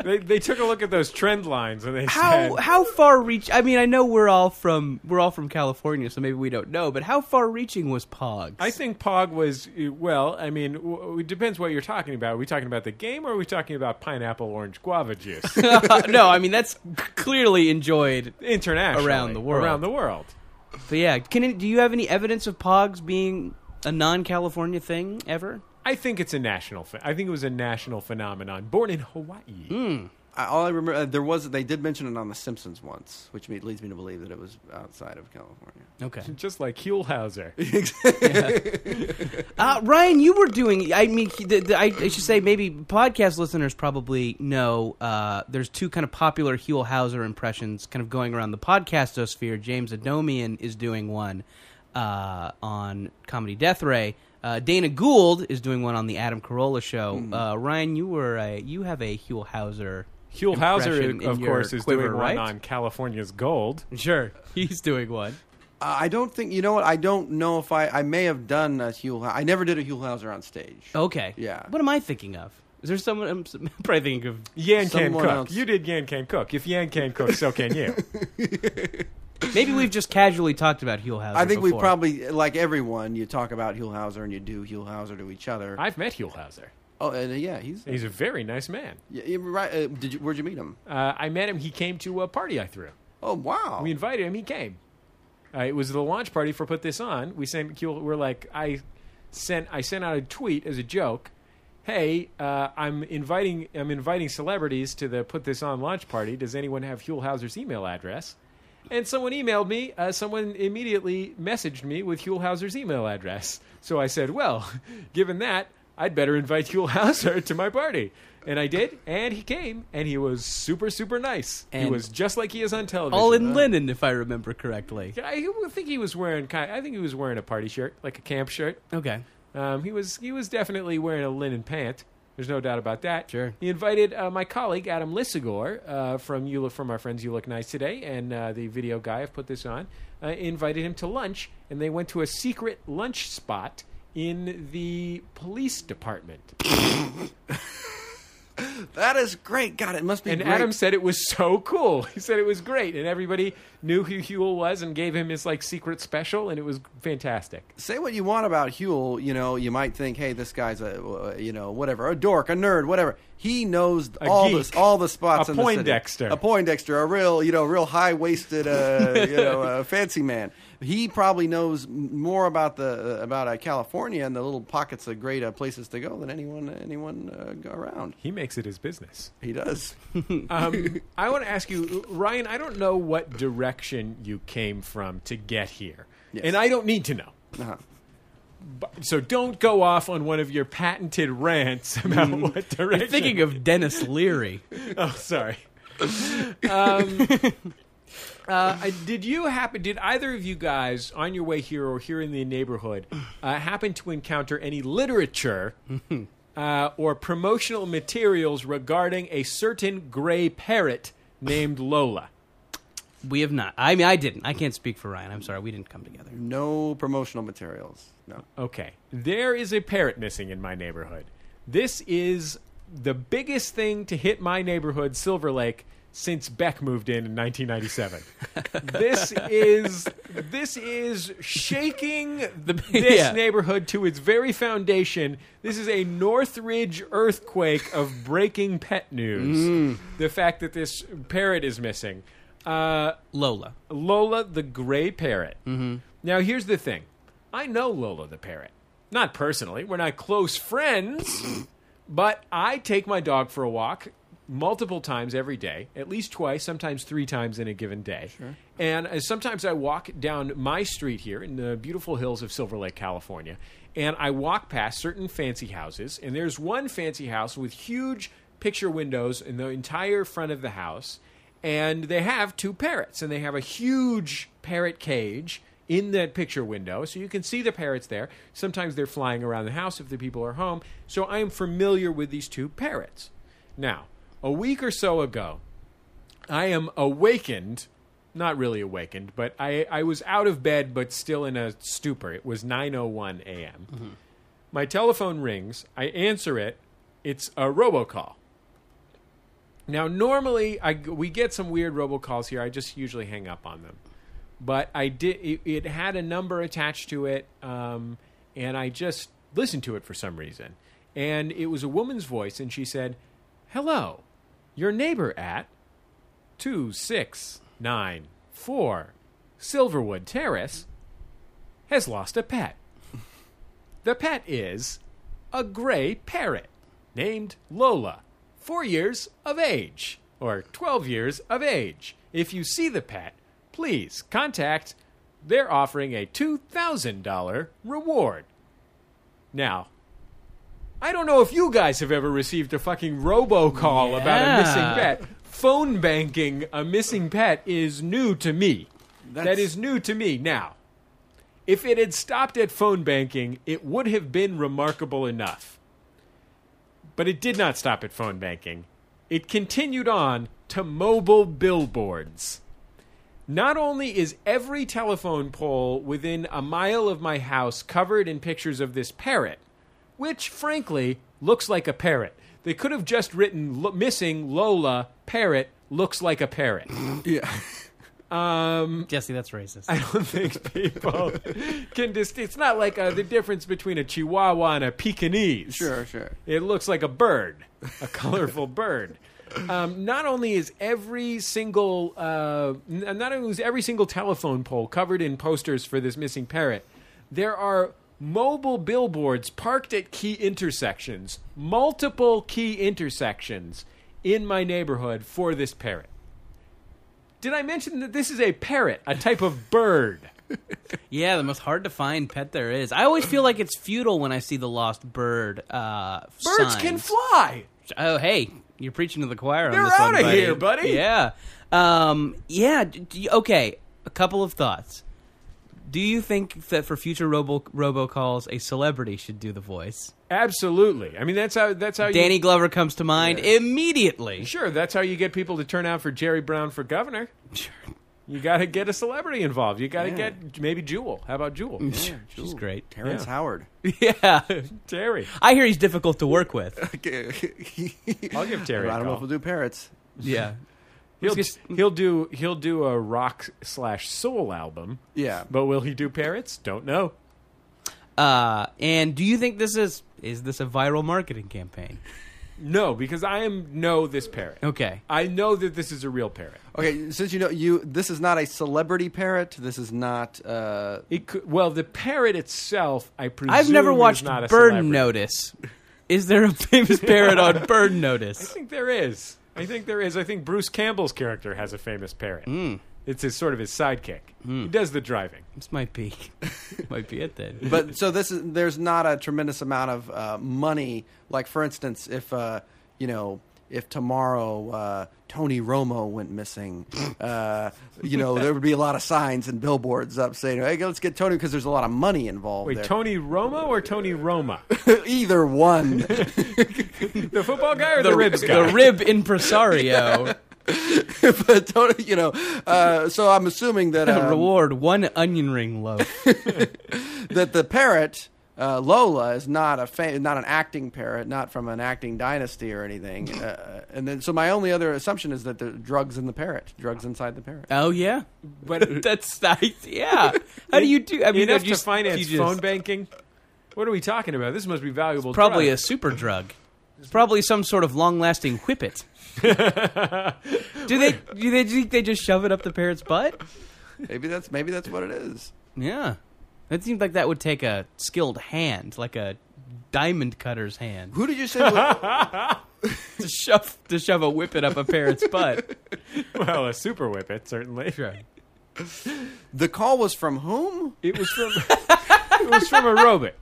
they, they took a look at those trend lines and they How said, how far reach? I mean, I know we're all from we're all from California, so maybe we don't know. But how far reaching was pogs? "I think pog was uh, well. I mean, w- it depends what you're talking about. Are we talking about the game or are we talking about pineapple orange guava juice no, I mean that's clearly enjoyed. internationally Around the world. Around the world. But yeah, can do you have any evidence of pogs being a non-California thing ever? I think it's a national. Ph- I think it was a national phenomenon, born in Hawaii. Hmm. I, all I remember uh, there was they did mention it on The Simpsons once, which me, leads me to believe that it was outside of California. Okay. Just like Huelhauser. Uh, Ryan, you were doing. I mean, he- the, the, I, I should say maybe podcast listeners probably know. Uh, there's two kind of popular Huell Hauser impressions, kind of going around the podcastosphere. James Adomian is doing one uh, on Comedy Death Ray. Uh, Dana Gould is doing one on the Adam Carolla show. Mm-hmm. Uh, Ryan, you were a, you have a Huell Hauser. Huelhauser, impression in of your course, is quiver, doing right? one on California's gold. Sure, he's doing one. Uh, I don't think you know what I don't know if I I may have done a Hugh. I never did a Hugh Hauser on stage. Oh, Okay. Yeah. What am I thinking of? Is there someone I'm, I'm probably thinking of? Yan Can Someone Cook. else. You did Yan Can Cook. If Yan Can Cook, so can you. Maybe we've just casually talked about Huell Hauser. I think we before. probably like everyone. You talk about Hugh Hauser and you do Hugh Hauser to each other. I've met Huelhauser. oh, and, uh, yeah, he's He's a very nice man. yeah, you're right. Uh, did you, where'd you meet him? Uh, I met him. He came to a party I threw. Oh wow, We invited him. He came. Uh, it was the launch party for Put This On. We sent. We're like, I sent. I sent out a tweet as a joke. Hey, uh, I'm inviting. I'm inviting celebrities to the Put This On launch party. Does anyone have Huelhauser's email address? And someone emailed me. Uh, someone immediately messaged me with Huelhauser's email address. So I said, well, given that, I'd better invite Huelhauser to my party. And I did, and he came, and he was super, super nice. he And- was just like he is on television. Uh, all in linen, if I remember correctly. Yeah, I think he was wearing. ki- I think he was wearing a party shirt, like a camp shirt. Okay. Um, he was he was definitely wearing a linen pant. There's no doubt about that. Sure. He invited uh, my colleague Adam Lissagor uh, from you Look- from our friends You Look Nice Today and uh, the video guy. I've put this on. Uh, invited him to lunch, and they went to a secret lunch spot in the police department. That is great. God, it must be. And great. Adam said it was so cool. He said it was great, and everybody knew who Huel was and gave him his like secret special, and it was fantastic. say what you want about Huel, you know, you might think, hey, this guy's a, uh, you know, whatever, a dork, a nerd, whatever. He knows A all geek. the all the spots A in the city. Poindexter. a Poindexter, a real, you know, real high waisted, uh, you know, uh, fancy man. He probably knows m- more about the about uh, California and the little pockets of great uh, places to go than anyone anyone uh, go around. He makes it his business. He does. Um, I want to ask you, Ryan. I don't know what direction you came from to get here, Yes. and I don't need to know. Uh-huh. But- So don't go off on one of your patented rants about what direction. Thinking of Dennis Leary. oh, sorry. Um, uh, I- did you happen? Did either of you guys on your way here or here in the neighborhood uh, happen to encounter any literature uh, or promotional materials regarding a certain gray parrot named Lola? We have not. I mean, I didn't. I can't speak for Ryan. I'm sorry. We didn't come together. No promotional materials. No. Okay. There is a parrot missing in my neighborhood. This is the biggest thing to hit my neighborhood, Silver Lake, since Beck moved in in 1997. this is this is shaking the, this yeah. neighborhood to its very foundation. This is a Northridge earthquake of breaking pet news. The fact that this parrot is missing. Uh, Lola. Lola the gray parrot. Mm-hmm. Now, here's the thing I know Lola the parrot. Not personally, we're not close friends, but I take my dog for a walk multiple times every day, at least twice, sometimes three times in a given day. And uh, sometimes I walk down my street here in the beautiful hills of Silver Lake, California, and I walk past certain fancy houses, and there's one fancy house with huge picture windows in the entire front of the house and they have two parrots and they have a huge parrot cage in that picture window so you can see the parrots there sometimes they're flying around the house if the people are home so i am familiar with these two parrots now a week or so ago i am awakened not really awakened but i, I was out of bed but still in a stupor it was 9.01 a.m my telephone rings i answer it it's a robocall now, normally, I, we get some weird robocalls here. I just usually hang up on them. But I did. It, it had a number attached to it, um, and I just listened to it for some reason. And it was a woman's voice, and she said, "Hello, your neighbor at two six nine four Silverwood Terrace has lost a pet. The pet is a gray parrot named Lola, four years of age, or 12 years of age. If you see the pet, please contact. They're offering a $2,000 reward. Now, I don't know if you guys have ever received a fucking robocall about a missing Yeah. pet. Phone banking a missing pet is new to me. That That's- is new to me. Now, if it had stopped at phone banking, it would have been remarkable enough. But it did not stop at phone banking. It continued on to mobile billboards. Not only is every telephone pole within a mile of my house covered in pictures of this parrot, which frankly looks like a parrot. They could have just written "Lo- missing Lola parrot looks like a parrot. Jesse, that's racist. Um, I don't think people can just. It's not like uh, the difference between a Chihuahua and a Pekingese. Sure, sure. It looks like a bird, a colorful bird. Um, not only is every single uh, n- not only is every single telephone pole covered in posters for this missing parrot, there are mobile billboards parked at key intersections, multiple key intersections in my neighborhood for this parrot. Did I mention that this is a parrot, a type of bird? Yeah, the most hard to find pet there is. I always feel like it's futile when I see the lost bird. Uh, Birds can signs. fly. Oh, hey, you're preaching to the choir. They're on this one, outta buddy. here, buddy. Yeah, um, yeah. d- do you- okay, a couple of thoughts. Do you think that for future robo robocalls, a celebrity should do the voice? Absolutely. I mean, that's how that's how you Danny Glover comes to mind immediately. Sure, that's how you get people to turn out for Jerry Brown for governor. You got to get a celebrity involved. You got to Yeah. get maybe Jewel. How about Jewel? She's great. Terrence Yeah. Howard. Yeah, Terry. I hear he's difficult to work with. I'll give Terry. I a don't know if call. we'll do parrots. Yeah, He'll Just- he'll do he'll do a rock slash soul album. Yeah. But will he do parrots? Don't know. Uh, and do you think this is is this a viral marketing campaign? No, because I am know this parrot. Okay. I know that this is a real parrot. Okay, since you know you, this is not a celebrity parrot. This is not. Uh, It could, well, the parrot itself, I presume, I've never is watched not a Bird celebrity. Notice. Is there a famous parrot on Bird Notice? I think there is. I think there is. I think Bruce Campbell's character has a famous parrot. Hmm. It's his sort of his sidekick. He does the driving. This might be, might be it then. but so this is there's not a tremendous amount of uh, money. Like for instance, if uh, you know if tomorrow uh, Tony Romo went missing, uh, you know there would be a lot of signs and billboards up saying, "Hey, let's get Tony," because there's a lot of money involved. Wait, there. Tony Romo or Tony Roma? Either one. The football guy or the, ribs guy? the rib impresario but Tony, you know, uh, so I'm assuming that um, reward one onion ring loaf. that the parrot uh, Lola is not a fa- not an acting parrot, not from an acting dynasty or anything. Uh, and then, so my only other assumption is that there are drugs in the parrot, drugs inside the parrot. Oh yeah, But that's nice. Yeah. How do you do? I mean, enough if to you s- finance you just- phone banking. What are we talking about? This must be valuable. Probably drug. a super drug. It's probably some sort of long-lasting whippet. do they? Do they do you think they just shove it up the parrot's butt? Maybe that's maybe that's what it is. Yeah. That seems like that would take a skilled hand, like a diamond cutter's hand, Who did you say? Was, to shove to shove a whippet up a parrot's butt. well, a super whippet certainly. the call was from whom? It was from it was from a robot.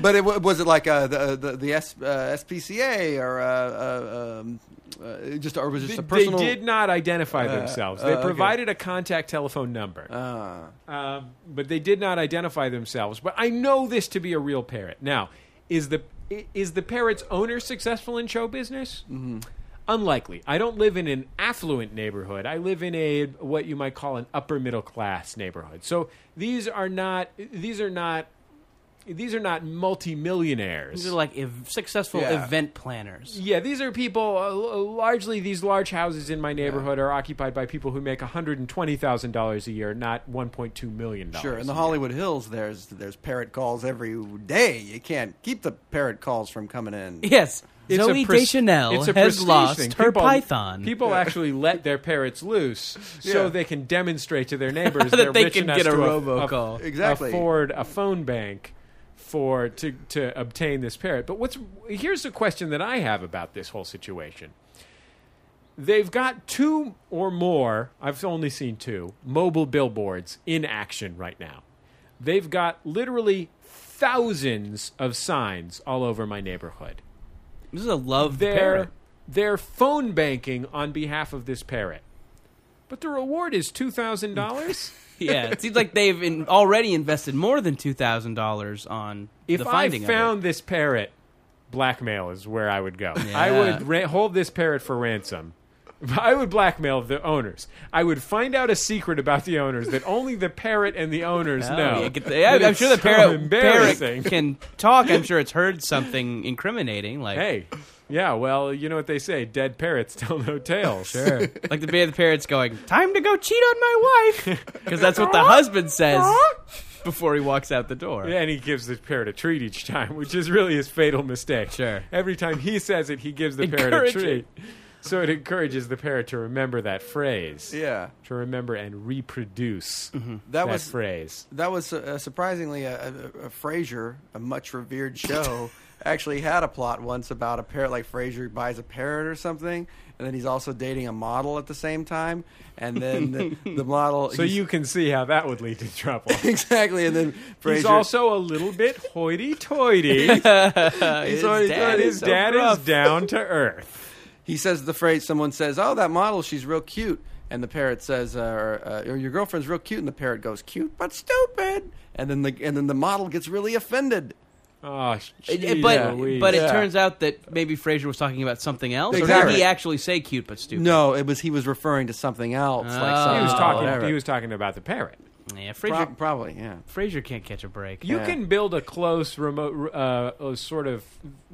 But it wa- was it like uh, the the, the S, uh, SPCA or uh, uh, um, uh, just or was it just They, a personal? they did not identify themselves. They uh, okay. provided a contact telephone number, Ah. um, but they did not identify themselves. But I know this to be a real parrot. Now, is the i- is the parrot's owner successful in show business? Mm-hmm. Unlikely. I don't live in an affluent neighborhood. I live in a what you might call an upper middle class neighborhood. So these are not these are not these are not multimillionaires. These are like ev- successful Yeah. event planners. Yeah, these are people. Uh, l- largely, these large houses in my neighborhood are occupied by people who make one hundred and twenty thousand dollars a year, not one point two million dollars. Sure, in the Hollywood Hills, there's there's parrot calls every day. You can't keep the parrot calls from coming in. Yes. It's a Zoe pres- Deschanel it's a has prestige lost thing. her People- python. People actually let their parrots loose so Yeah. they can demonstrate to their neighbors That they're they rich can enough get a to aff- robocall. aff- Exactly. afford a phone bank for to to obtain this parrot. But what's here's the question that I have about this whole situation. They've got two or more, I've only seen two, mobile billboards in action right now. They've got literally thousands of signs all over my neighborhood this is a love their parrot. their phone banking on behalf of this parrot. But the reward is two thousand dollars. Yeah, it seems like they've in, already invested more than two thousand dollars on If the I finding of it. found this parrot, blackmail is where I would go. I would ra- hold this parrot for ransom. I would blackmail the owners. I would find out a secret about the owners that only the parrot and the owners Oh, know. yeah, get the- I, It am is sure the so parrot, embarrassing. parrot can talk. I'm sure it's heard something incriminating, like Hey, yeah, well, you know what they say: dead parrots tell no tales. sure, like the bear, the parrot's going, "Time to go cheat on my wife," because that's what the husband says before he walks out the door. Yeah, and he gives the parrot a treat each time, which is really his fatal mistake. Sure. Every time he says it, he gives the parrot a Encourage treat. So it encourages the parrot to remember that phrase. Yeah. To remember and reproduce Mm-hmm. That that was phrase. that was uh, surprisingly a, a, a Frasier, a much revered show, actually had a plot once about a parrot. Like Frasier buys a parrot or something, and then he's also dating a model at the same time, and then the, the model. So he's- you can see how that would lead to trouble. exactly, and then Frasier. He's also a little bit hoity-toity. his he's already Uh, dad done is his- so dad rough. is down to earth. He says the phrase. Someone says, "Oh, that model, she's real cute," and the parrot says, uh, or, uh, "Or your girlfriend's real cute," and the parrot goes, "Cute but stupid," and then the and then the model gets really offended. Oh, It- gee it- but Louise. but it Yeah. turns out that maybe Fraser was talking about something else. Or Exactly. did he actually say cute but stupid? No, it was he was referring to something else. like Oh. some- he was talking. whatever. He was talking about the parrot. Yeah, Fraser, Pro- probably yeah. Fraser can't catch a break. You Yeah. can build a close, remote, uh, uh, sort of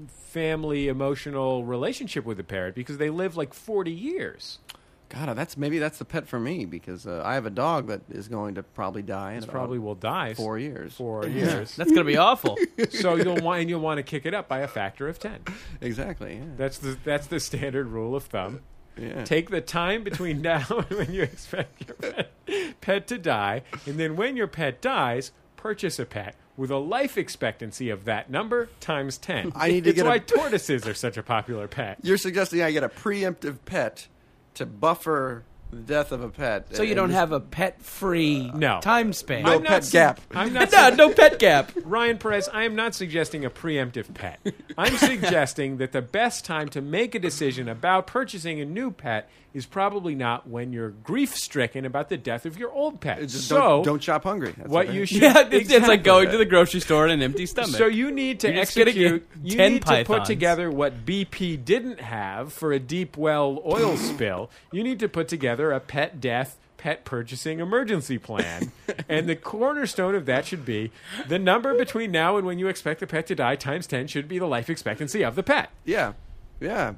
family emotional relationship with the parrot because they live like forty years. Uh, God, that's maybe that's the pet for me because uh, I have a dog that is going to probably die in It's about probably will die four years. Four years. That's gonna be awful. so you'll want and you'll want to kick it up by a factor of ten. Exactly. Yeah. That's the that's the standard rule of thumb. yeah. Take the time between now and when you expect your pet, pet to die, and then when your pet dies, purchase a pet with a life expectancy of that number times ten. I need to it's get a- why tortoises are such a popular pet. You're suggesting I get a preemptive pet to buffer the death of a pet. so you and don't just- have a pet-free No. time span. No I'm not pet su- gap. I'm not. no, su- no pet gap. Ryan Perez, I am not suggesting a preemptive pet. I'm suggesting that the best time to make a decision about purchasing a new pet is probably not when you're grief stricken about the death of your old pet. Just so don't, don't shop hungry. That's what I- you should Yeah, it's, it's like Exactly. going to the grocery store on an empty stomach. So you need to You're just gonna execute. get You 10 need to put pythons. together what BP didn't have for a deep well oil spill. You need to put together a pet death, pet purchasing emergency plan, and the cornerstone of that should be the number between now and when you expect the pet to die times ten should be the life expectancy of the pet. Yeah, yeah.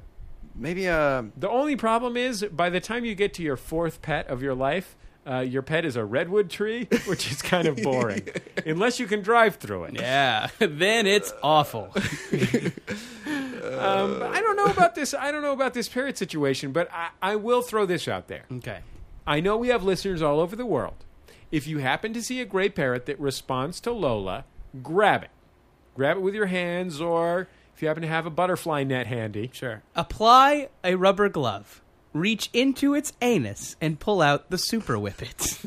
Maybe uh, The only problem is by the time you get to your fourth pet of your life. Uh, your pet is a redwood tree, which is kind of boring, unless you can drive through it. yeah, then it's awful. Um, but I don't know about this. I don't know about this parrot situation, but I, I will throw this out there. Okay. I know we have listeners all over the world. If you happen to see a gray parrot that responds to Lola, grab it. Grab it with your hands, or if you happen to have a butterfly net handy, sure. Apply a rubber glove. Reach into its anus and pull out the super whippet.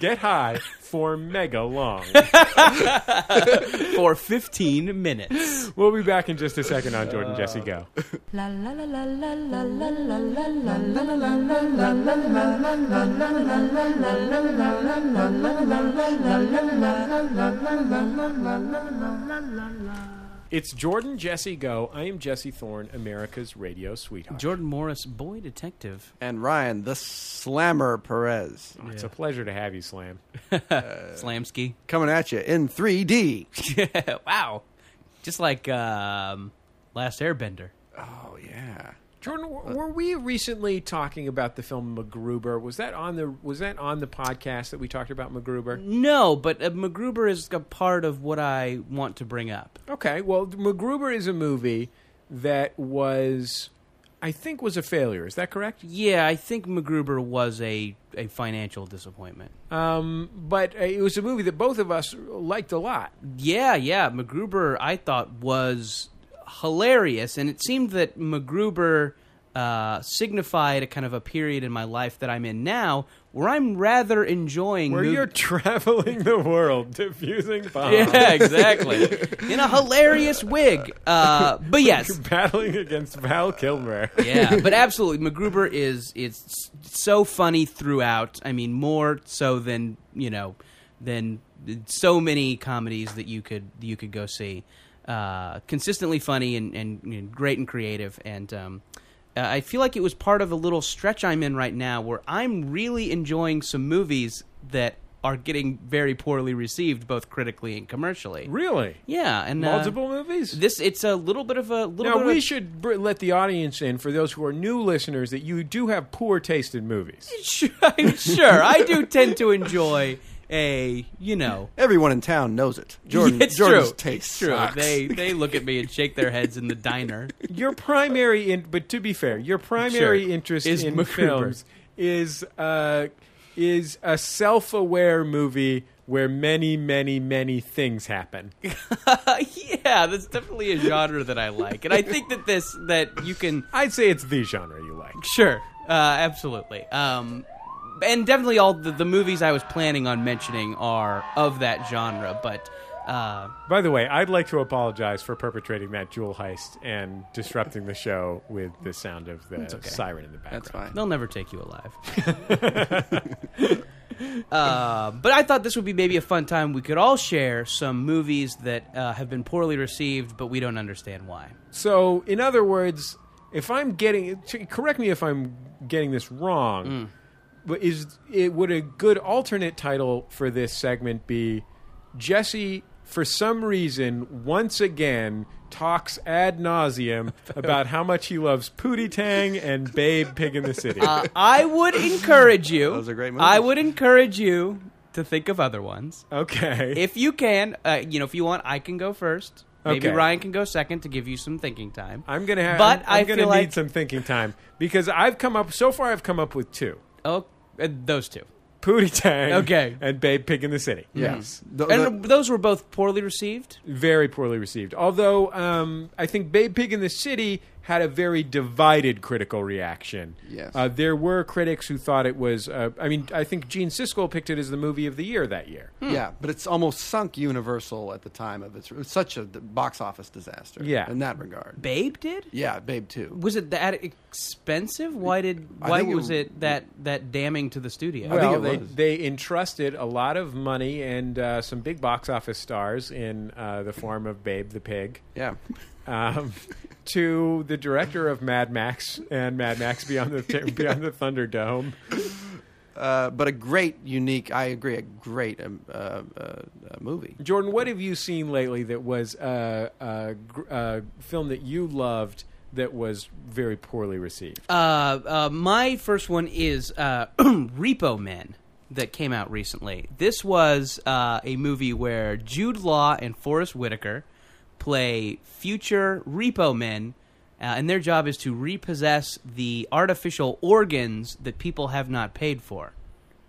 Get high for mega long. for 15 minutes. we'll be back in just a second on Jordan Jesse Go. La la la la la la la la la la la la la. It's Jordan Jesse Go. I am Jesse Thorne, America's radio sweetheart. Jordan Morris, boy detective. and Ryan the Slammer Perez It's a pleasure to have you, Slam. Uh, Slamsky. coming at you in 3D. wow. Just like um, Last Airbender. Oh yeah. Jordan, were, were we recently talking about the film MacGruber? Was that on the Was that on the podcast that we talked about MacGruber? No, but uh, MacGruber is a part of what I want to bring up. Okay, well, MacGruber is a movie that was, I think, was a failure. Is that correct? Yeah, I think MacGruber was a, a financial disappointment. Um, but uh, it was a movie that both of us liked a lot. Yeah, yeah. MacGruber, I thought, was hilarious, and it seemed that MacGruber uh, signified a kind of a period in my life that I'm in now where I'm rather enjoying. Where mov- you're traveling the world, diffusing bombs, yeah, exactly. In a hilarious wig. Uh, but yes, battling against Val Kilmer. yeah, but absolutely, MacGruber is it's so funny throughout. I mean, more so than you know, than so many comedies that you could you could go see. Uh, consistently funny and, and, you know, great and creative, and um, uh, I feel like it was part of a little stretch I'm in right now where I'm really enjoying some movies that are getting very poorly received, both critically and commercially. Really, Yeah, and uh, multiple movies. This it's a little bit of a little. Now bit we of a- should br- let the audience in for those who are new listeners that you do have poor taste in movies. sure, I'm sure. I do tend to enjoy a, you know. Everyone in town knows it. Jordan, it's Jordan's true. taste It's true. sucks. They they look at me and shake their heads in the diner. Your primary, in- but to be fair, your primary Sure. interest Is in MacGruber. films is uh, is a self-aware movie where many, many, many things happen. yeah, that's definitely a genre that I like, and I think that this that you can I'd say it's the genre you like. sure, uh, absolutely, um, and definitely all the, the movies I was planning on mentioning are of that genre, but. Uh, By the way, I'd like to apologize for perpetrating that jewel heist and disrupting the show with the sound of the siren in the background. That's fine. They'll never take you alive. Uh, but I thought this would be maybe a fun time. We could all share some movies that uh, have been poorly received, but we don't understand why. So, in other words, if I'm getting t- correct me if I'm getting this wrong, Mm. but is it would a good alternate title for this segment be Jesse for some reason once again talks ad nauseum about how much he loves Pootie Tang and Babe Pig in the City. Uh, I would encourage you. Those are great movies. I would encourage you to think of other ones. okay. If you can, uh, you know, if you want, I can go first. Maybe Okay. Ryan can go second to give you some thinking time. I'm gonna have, But I'm, I I'm gonna feel need like- some thinking time because I've come up so far. I've come up with two: Oh, uh, those two. Pootie Tang, Okay. and Babe Pig in the City. Yes. The- And the- those were both poorly received. very poorly received. Although um, I think Babe Pig in the City had a very divided critical reaction. Yes. uh, there were critics who thought it was. Uh, I mean, I think Gene Siskel picked it as the movie of the year that year. Yeah, but it's almost sunk Universal at the time of its. It was such a d- box office disaster. Yeah. in that regard. Babe did. yeah, Babe too. Was it that expensive? Why did? I Why think it was w- it that that damning to the studio? I think Well, it they, was. they entrusted a lot of money and uh, some big box office stars in uh, the form of Babe the Pig Yeah, um, to the director of Mad Max and Mad Max Beyond the Beyond the Thunderdome. uh, but a great, unique. I agree. A great um, uh, uh, uh, movie. Jordan, what have you seen lately that was a uh, uh, gr- uh, film that you loved that was very poorly received? Uh, uh, my first one is uh, Repo Men that came out recently. This was uh, a movie where Jude Law and Forrest Whitaker play future repo men, uh, and their job is to repossess the artificial organs that people have not paid for.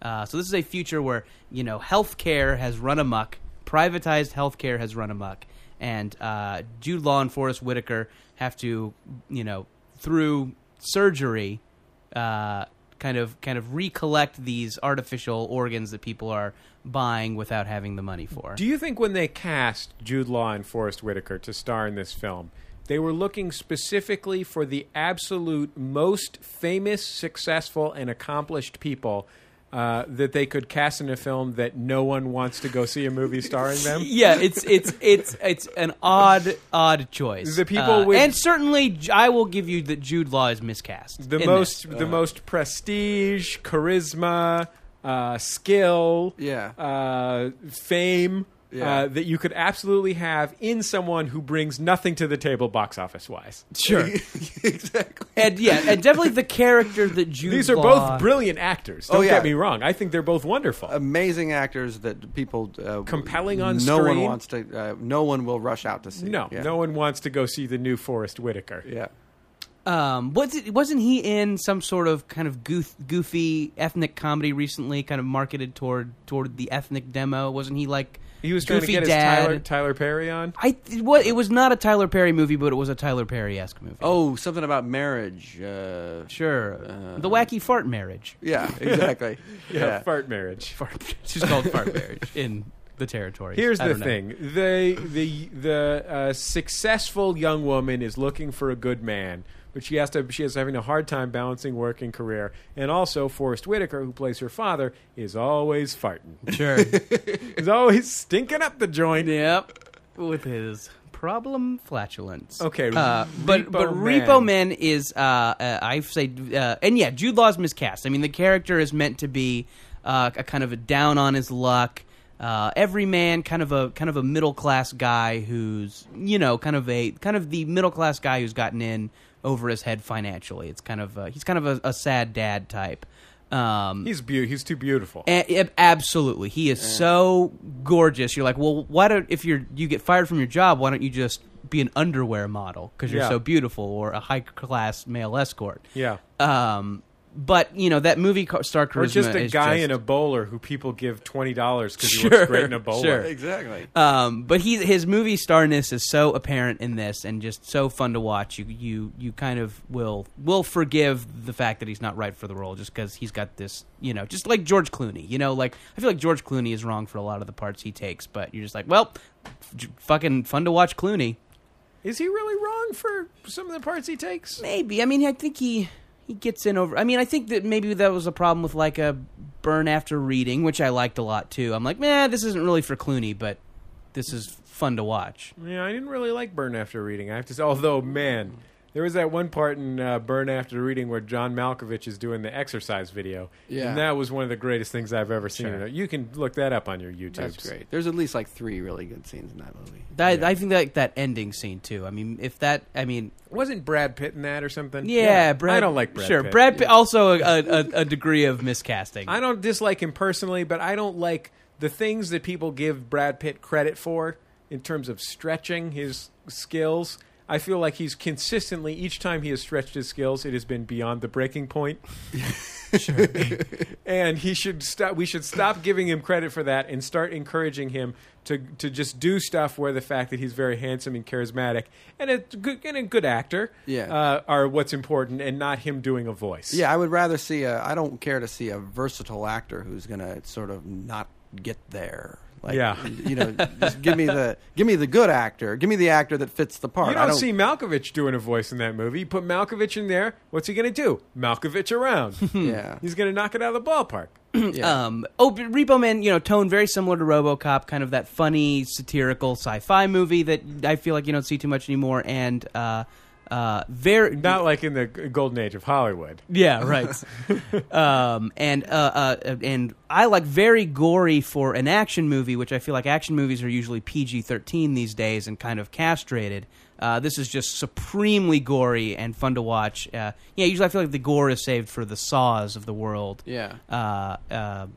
Uh, so this is a future where you know healthcare has run amok, privatized healthcare has run amok, and uh, Jude Law and Forrest Whitaker have to you know through surgery uh, kind of kind of recollect these artificial organs that people are buying without having the money for. Do you think when they cast Jude Law and Forrest Whitaker to star in this film, they were looking specifically for the absolute most famous, successful, and accomplished people uh, that they could cast in a film that no one wants to go see a movie starring them? yeah, it's it's it's it's an odd odd choice. Uh, The people with- and certainly J- I will give you that Jude Law is miscast. the in most this. the most prestige, charisma, uh, skill, Yeah. uh, fame Yeah. uh, that you could absolutely have in someone who brings nothing to the table box office wise. sure, exactly. and yeah, and definitely the character that Jude. These are Law- both brilliant actors. Don't Oh, yeah. get me wrong. I think they're both wonderful. Amazing actors that people uh, Compelling on no one screen. wants to. Uh, no one will rush out to see. no, Yeah. no one wants to go see the new Forrest Whitaker. Yeah. Um, was it, wasn't he in some sort of kind of goof, goofy ethnic comedy recently? Kind of marketed toward toward the ethnic demo. Wasn't he like He was trying goofy to get dad? his Tyler, Tyler Perry on. I it was, it was not a Tyler Perry movie, but it was a Tyler Perry esque movie. Oh, something about marriage. Uh, sure, the wacky fart marriage. yeah, exactly. Yeah, fart marriage. Fart. She's called fart marriage in the territory. Here's the thing: the the the uh, successful young woman is looking for a good man, but she has to she is having a hard time balancing work and career, and also Forrest Whitaker, who plays her father, is always farting, Sure. is always stinking up the joint. yep. With his problem flatulence. Okay, Uh, but Repo but Man. Repo Man is uh, uh I say uh, and yeah, Jude Law's miscast. I mean, the character is meant to be uh, a kind of a down on his luck. Uh, every man, kind of a kind of a middle class guy who's you know kind of a kind of the middle class guy who's gotten in over his head financially. It's kind of a, he's kind of a, a sad dad type. Um, He's beau- he's too beautiful. A- ab- absolutely, he is so gorgeous. You're like, well, why don't if you're you get fired from your job, why don't you just be an underwear model because you're Yeah. so beautiful, or a high class male escort? yeah. Um, but you know that movie co- star charisma Or just a is guy just- in a bowler who people give twenty dollars because Sure, he looks great in a bowler. sure. Exactly. Um, but he his movie starness is so apparent in this, and just so fun to watch. You you you kind of will will forgive the fact that he's not right for the role, just because he's got this. You know, just like George Clooney. You know, like I feel like George Clooney is wrong for a lot of the parts he takes, but you're just like, well, j- fucking fun to watch Clooney. Is he really wrong for some of the parts he takes? Maybe I mean I think he he gets in over. I mean I think that maybe that was a problem with like a Burn After Reading, which I liked a lot too. I'm like, man, this isn't really for Clooney, but this is fun to watch. Yeah, I didn't really like Burn After Reading. I have to say, although, man, there was that one part in uh, Burn After Reading where John Malkovich is doing the exercise video. Yeah. And that was one of the greatest things I've ever seen. You can look that up on your YouTube. That's great. There's at least like three really good scenes in that movie. That, I think that that ending scene too. I mean, if that, I mean, Wasn't Brad Pitt in that or something? yeah, Brad. I don't like Brad Sure, Pitt. Brad Pitt also a, a, a, a degree of miscasting. I don't dislike him personally, but I don't like the things that people give Brad Pitt credit for in terms of stretching his skills. I feel like he's consistently each time he has stretched his skills, it has been beyond the breaking point. and he should stop. We should stop giving him credit for that and start encouraging him to to just do stuff where the fact that he's very handsome and charismatic and a good and a good actor Yeah. uh, are what's important, and not him doing a voice. Yeah, I would rather see a. I don't care to see a versatile actor who's gonna sort of not get there. Like, Yeah. you know, just give me the give me the good actor. Give me the actor that fits the part. You I don't, see Malkovich doing a voice in that movie. You put Malkovich in there. What's he going to do? Malkovich around. Yeah, He's going to knock it out of the ballpark. yeah. Um, oh, but Repo Man, you know, tone very similar to RoboCop, kind of that funny, satirical sci-fi movie that I feel like you don't see too much anymore, and uh, uh, very Not like in the g- golden age of Hollywood. yeah, right. um, and uh, uh, and I like very gory for an action movie, which I feel like action movies are usually PG thirteen these days and kind of castrated. Uh, this is just supremely gory and fun to watch. Uh, yeah, usually I feel like the gore is saved for the saws of the world Yeah. uh, uh,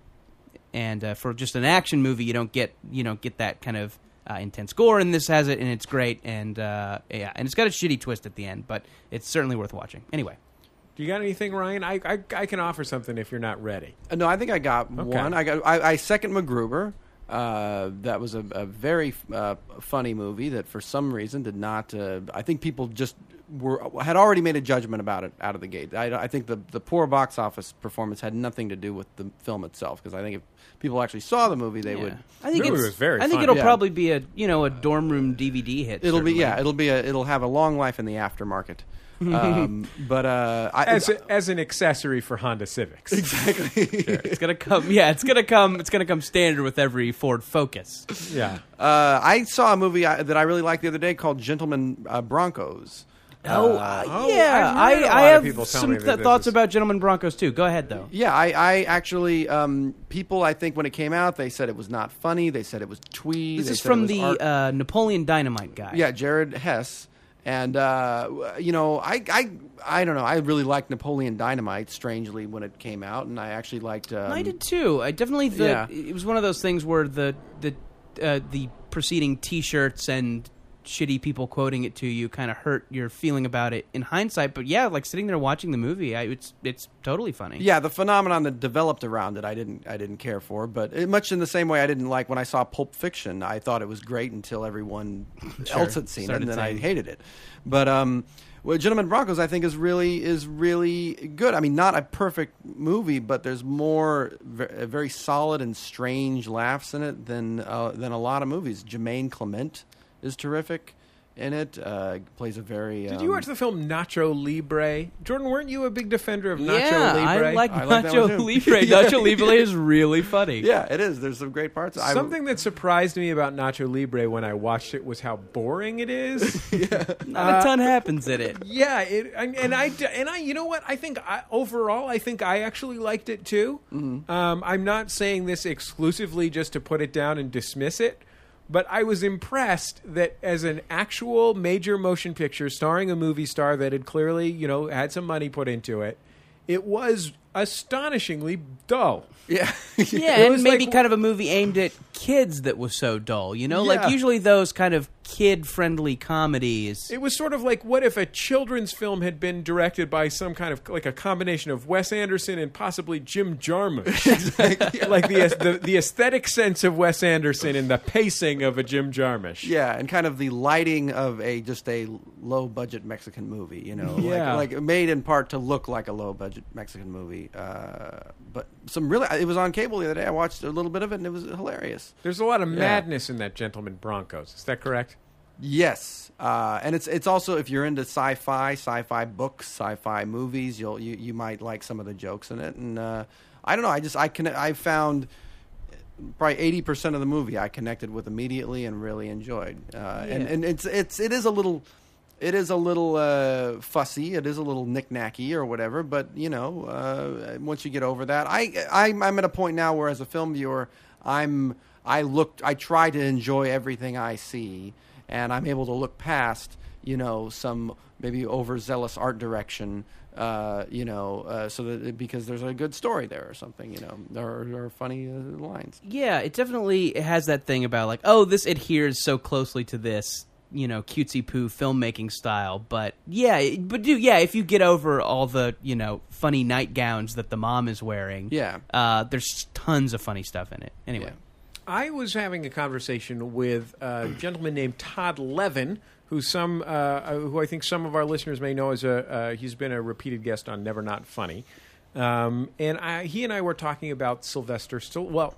and uh, for just an action movie, you don't get you don't get that kind of uh, intense gore. And this has it, and it's great, and uh, yeah, and it's got a shitty twist at the end, but it's certainly worth watching. Anyway, Do you got anything, Ryan? I, I, I can offer something if you're not ready. Uh, No, I think I got one. I got. I, I second MacGruber. Uh, that was a, a very uh, funny movie that, for some reason, did not. Uh, I think people just were had already made a judgment about it out of the gate. I, I think the the poor box office performance had nothing to do with the film itself because I think if people actually saw the movie, they would. I think Movie it's was very I think fun. it'll Yeah. probably be a you know a dorm room DVD hit. It'll be certainly. yeah. It'll be a. It'll have a long life in the aftermarket. um, but uh, I, As, a, as an accessory for Honda Civics. It's gonna come. Yeah, it's gonna come. It's gonna come standard with every Ford Focus. Yeah. uh, I saw a movie I, that I really liked the other day called Gentleman uh, Broncos. Oh, oh, yeah, I've heard a lot I, I of have people tell some me that th- this thoughts is- about Gentlemen Broncos too. Go ahead though. Yeah, I, I actually um, people I think when it came out they said it was not funny. They said it was twee. This they is said it from was the art- uh, Napoleon Dynamite guy. yeah Jared Hess and uh, w- you know I, I I don't know I really liked Napoleon Dynamite strangely when it came out and I actually liked um, I did too. I definitely the Yeah. it was one of those things where the the uh, the preceding T-shirts and shitty people quoting it to you kind of hurt your feeling about it in hindsight. But yeah, like sitting there watching the movie, I, it's it's totally funny. Yeah, the phenomenon that developed around it, I didn't, I didn't care for. But it, much in the same way, I didn't like when I saw Pulp Fiction. I thought it was great until everyone else had seen Started it, and then I saying- hated it. But um, well, Gentlemen Broncos, I think, is really is really good. I mean, not a perfect movie, but there's more ve- very solid and strange laughs in it than uh, than a lot of movies. Jermaine Clement is terrific in it. Uh, plays a very. um, Did you watch the film Nacho Libre? Jordan, weren't you a big defender of Nacho yeah, Libre? I like I like that Nacho one, too. Libre. Nacho Libre is really funny. Yeah, it is. There's some great parts. I- Something that surprised me about Nacho Libre when I watched it was how boring it is. Not a ton happens in it. Yeah, it, and, and I d- and I, you know what? I think I, overall, I think I actually liked it too. Um, I'm not saying this exclusively just to put it down and dismiss it, but I was impressed that as an actual major motion picture starring a movie star that had clearly, you know, had some money put into it, it was astonishingly dull. Yeah. Yeah, It and was maybe like- kind of a movie aimed at kids that was so dull. You know, Yeah. like usually those kind of kid-friendly comedies. It was sort of like what if a children's film had been directed by some kind of like a combination of Wes Anderson and possibly Jim Jarmusch. like the, the the aesthetic sense of Wes Anderson and the pacing of a Jim Jarmusch. Yeah, and kind of the lighting of a just a low budget Mexican movie, you know, Yeah. like, like made in part to look like a low budget Mexican movie. Uh, but some really, it was on cable the other day. I watched a little bit of it, and it was hilarious. There's a lot of madness in that Gentleman Broncos. Is that correct? Yes, uh, and it's it's also if you're into sci-fi, sci-fi books, sci-fi movies, you'll you, you might like some of the jokes in it. And uh, I don't know. I just I connect. I found probably eighty percent of the movie I connected with immediately and really enjoyed. Uh, And and it's it's it is a little. It is a little uh, fussy. It is a little knick-knacky or whatever, but you know, uh, once you get over that, I, I I'm at a point now where, as a film viewer, I'm I looked I try to enjoy everything I see, and I'm able to look past you know some maybe overzealous art direction uh, you know uh, so that because there's a good story there or something you know or, or funny uh, lines Yeah, it definitely has that thing about like, oh, this adheres so closely to this, you know, cutesy poo filmmaking style. But yeah, it- but do yeah, if you get over all the you know funny nightgowns that the mom is wearing, Yeah. uh, there's tons of funny stuff in it. Anyway, I was having a conversation with a gentleman named Todd Levin, who some, uh, who I think some of our listeners may know as a, uh, he's been a repeated guest on Never Not Funny, um, and I, he and I were talking about Sylvester. Still, well,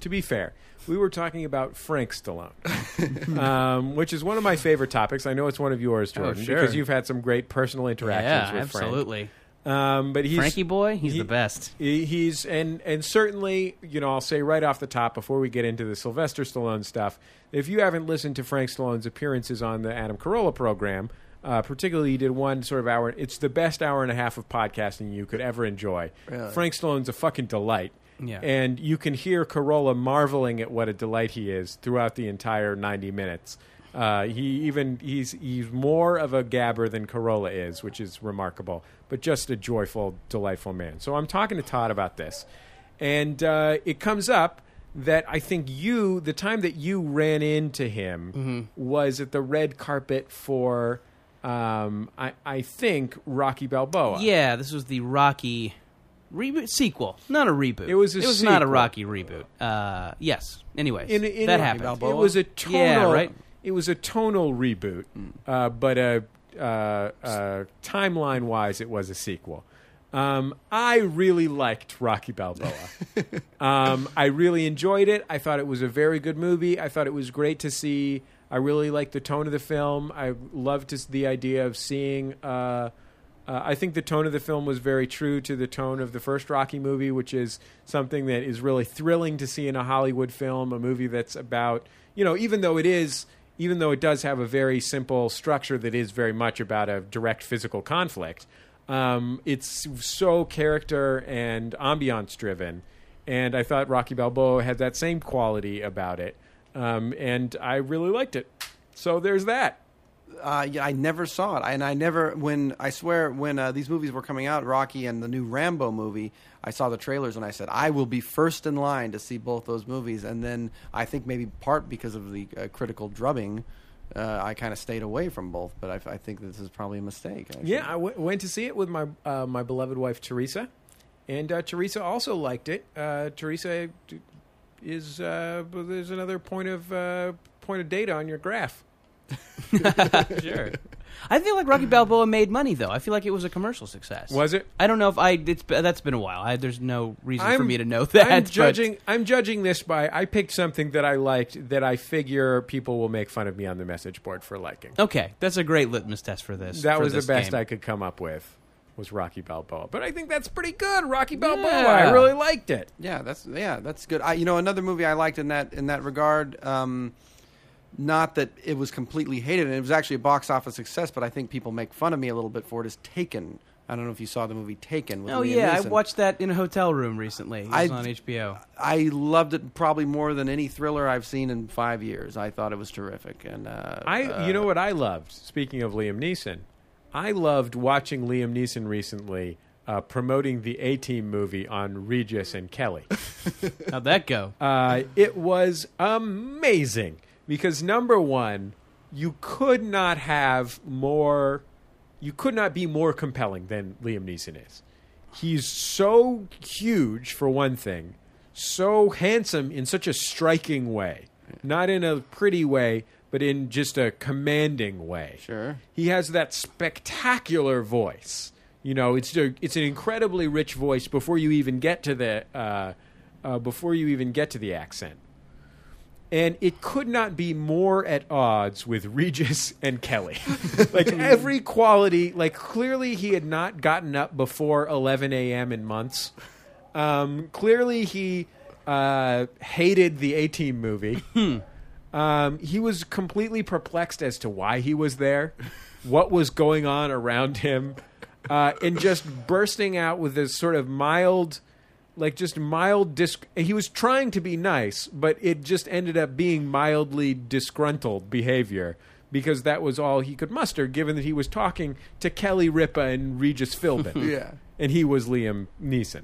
to be fair, we were talking about Frank Stallone, um, which is one of my favorite topics. I know it's one of yours, Jordan, Oh, sure. because you've had some great personal interactions yeah, with Frank. absolutely. Um, but he's Frankie boy, he's he- the best. he- He's and and certainly, you know, I'll say right off the top before we get into the Sylvester Stallone stuff. If you haven't listened to Frank Stallone's appearances on the Adam Carolla program, uh, particularly he did one sort of hour. It's the best hour and a half of podcasting you could ever enjoy. Frank Stallone's a fucking delight. Yeah. And you can hear Carolla marveling at what a delight he is throughout the entire 90 minutes. Uh, he even he's he's more of a gabber than Carolla is, which is remarkable, but just a joyful, delightful man. So I'm talking to Todd about this, and uh, it comes up that I think you the time that you ran into him was at the red carpet for um, I I think Rocky Balboa. Yeah, this was the Rocky reboot sequel, not a reboot. It was a it was not a sequel. Rocky reboot. Uh, yes. Anyways, in, in that it, happened. It was a tonal. Yeah, right. Mm. It was a tonal reboot, uh, but a uh, uh, timeline wise, it was a sequel. Um, I really liked Rocky Balboa. um, I really enjoyed it. I thought it was a very good movie. I thought it was great to see. I really liked the tone of the film. I loved just the idea of seeing. Uh, uh, I think the tone of the film was very true to the tone of the first Rocky movie, which is something that is really thrilling to see in a Hollywood film, a movie that's about, you know, even though it is, even though it does have a very simple structure that is very much about a direct physical conflict, um, it's so character and ambiance driven. And I thought Rocky Balboa had that same quality about it. Um, and I really liked it. So there's that. uh, yeah, I never saw it, and I never when I swear when uh, these movies were coming out, Rocky and the new Rambo movie, I saw the trailers and I said I will be first in line to see both those movies, and then I think maybe part because of the uh, critical drubbing, uh, I kind of stayed away from both. But I, I think this is probably a mistake. actually. Yeah, I w- went to see it with my uh, my beloved wife Teresa, and uh, Teresa also liked it. Uh, Teresa d- is uh, well, there's another point of uh, point of data on your graph. sure. I feel like Rocky Balboa made money though. I feel like it was a commercial success. Was it? I don't know if I. It's that's been a while. I, there's no reason for I'm- me to know that. I'm but- judging. I'm judging this by I picked something that I liked that I figure people will make fun of me on the message board for liking. okay, that's a great litmus test for this. that for was the this best game. I could come up with was Rocky Balboa, but I think that's pretty good. Rocky Balboa, Yeah. I really liked it. Yeah, that's yeah, that's good. I, you know, another movie I liked in that in that regard. Um, not that it was completely hated, and it was actually a box office success. But I think people make fun of me a little bit for it. Is Taken? I don't know if you saw the movie Taken. With Oh Liam yeah, I Neeson. watched that in a hotel room recently. It was I- on HBO. I loved it probably more than any thriller I've seen in five years. I thought it was terrific, and uh, I, you know what I loved. Speaking of Liam Neeson, I loved watching Liam Neeson recently uh, promoting the A Team movie on Regis and Kelly. How'd that go? Uh, it was amazing because number one, you could not have more, you could not be more compelling than Liam Neeson is. He's so huge for one thing, so handsome in such a striking way, not in a pretty way, but in just a commanding way. Sure. he has that spectacular voice. You know, it's a, it's an incredibly rich voice before you even get to the uh, uh, before you even get to the accent. And it could not be more at odds with Regis and Kelly. like every quality, like clearly he had not gotten up before 11 a.m. in months. Um, clearly, he uh, hated the A Team movie. um, he was completely perplexed as to why he was there, what was going on around him, uh, and just bursting out with this sort of mild, like just mild disc. He was trying to be nice, but it just ended up being mildly disgruntled behavior. Because that was all he could muster, given that he was talking to Kelly Ripa and Regis Philbin Yeah. and he was Liam Neeson.